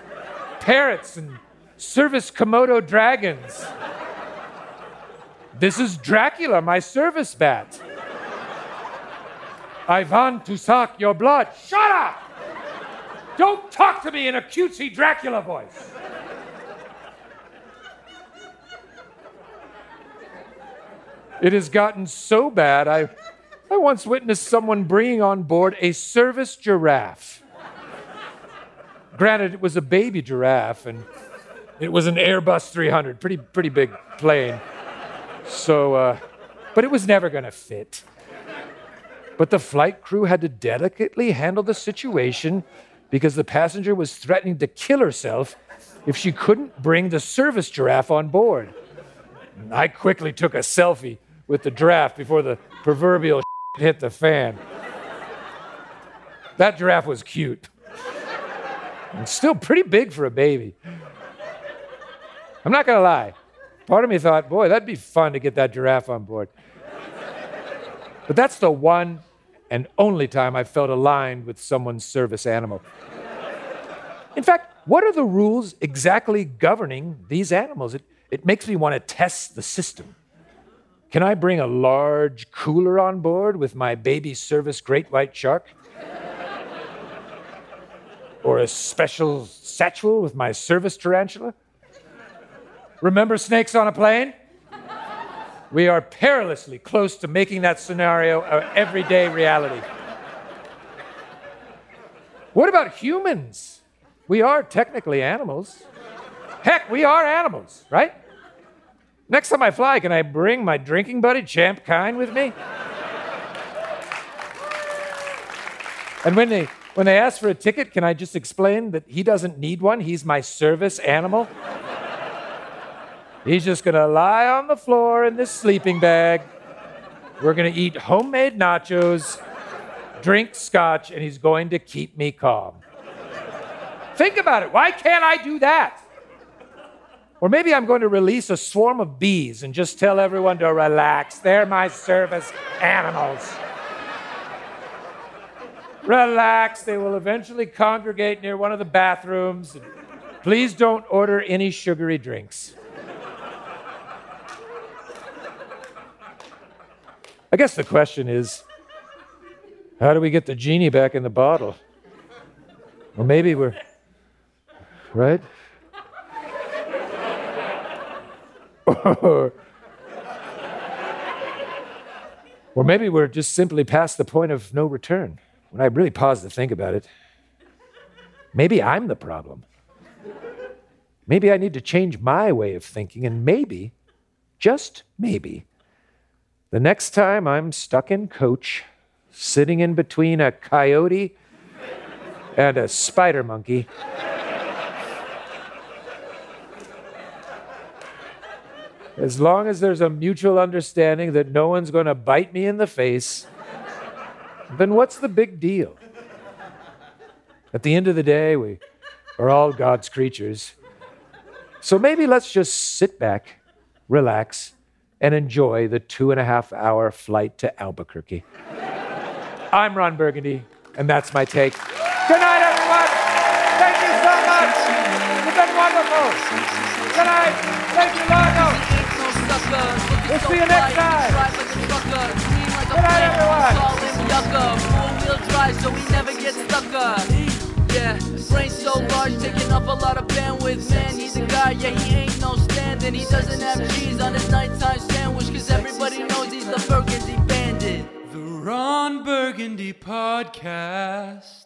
S5: parrots and service Komodo dragons. This is Dracula, my service bat. I want to suck your blood. Shut up! Don't talk to me in a cutesy Dracula voice. It has gotten so bad, I, I once witnessed someone bringing on board a service giraffe. Granted, it was a baby giraffe, and it was an Airbus 300, pretty, pretty big plane. So, uh, but it was never going to fit. But the flight crew had to delicately handle the situation because the passenger was threatening to kill herself if she couldn't bring the service giraffe on board. And I quickly took a selfie with the giraffe before the proverbial hit the fan. That giraffe was cute. And still pretty big for a baby. I'm not gonna lie. Part of me thought, boy, that'd be fun to get that giraffe on board. But that's the one and only time I felt aligned with someone's service animal. In fact, what are the rules exactly governing these animals? It, it makes me want to test the system. Can I bring a large cooler on board with my baby service great white shark? or a special satchel with my service tarantula? Remember snakes on a plane? We are perilously close to making that scenario our everyday reality. What about humans? We are technically animals. Heck, we are animals, right? Next time I fly, can I bring my drinking buddy, Champ Kine, with me? And when they when they ask for a ticket, can I just explain that he doesn't need one? He's my service animal. He's just gonna lie on the floor in this sleeping bag. We're gonna eat homemade nachos, drink scotch, and he's going to keep me calm. Think about it. Why can't I do that? Or maybe I'm going to release a swarm of bees and just tell everyone to relax. They're my service animals. Relax, they will eventually congregate near one of the bathrooms. Please don't order any sugary drinks. I guess the question is how do we get the genie back in the bottle? Or maybe we're, right? or, or maybe we're just simply past the point of no return. When I really pause to think about it, maybe I'm the problem. Maybe I need to change my way of thinking, and maybe, just maybe, the next time I'm stuck in coach, sitting in between a coyote and a spider monkey. As long as there's a mutual understanding that no one's going to bite me in the face, then what's the big deal? At the end of the day, we are all God's creatures. So maybe let's just sit back, relax, and enjoy the two and a half hour flight to Albuquerque. I'm Ron Burgundy, and that's my take. Good night, everyone. Thank you so much. You've been wonderful. Good night. Thank you, Largo. We'll see you next time. Good night, everyone.
S4: All in yucca, four-wheel drive, so we never get stuck up. Yeah, brain so large, taking up a lot of bandwidth. Man, he's a guy, yeah, he ain't no standing. He doesn't have cheese on his nighttime sandwich, cause everybody knows he's the Burgundy Bandit.
S13: The Ron Burgundy Podcast.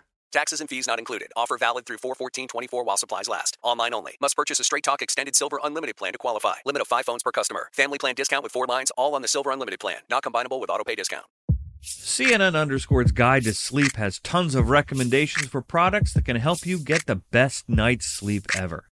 S14: Taxes and fees not included. Offer valid through 41424 while supplies last. Online only. Must purchase a Straight Talk Extended Silver Unlimited plan to qualify. Limit of 5 phones per customer. Family plan discount with 4 lines all on the Silver Unlimited plan. Not combinable with auto pay discount.
S3: CNN Underscore's Guide to Sleep has tons of recommendations for products that can help you get the best night's sleep ever.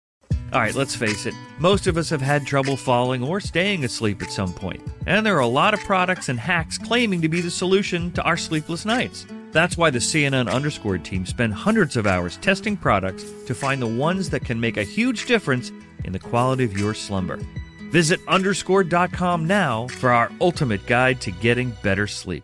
S3: All right, let's face it, most of us have had trouble falling or staying asleep at some point, and there are a lot of products and hacks claiming to be the solution to our sleepless nights. That's why the CNN Underscored team spend hundreds of hours testing products to find the ones that can make a huge difference in the quality of your slumber. Visit underscore.com now for our ultimate guide to getting better sleep.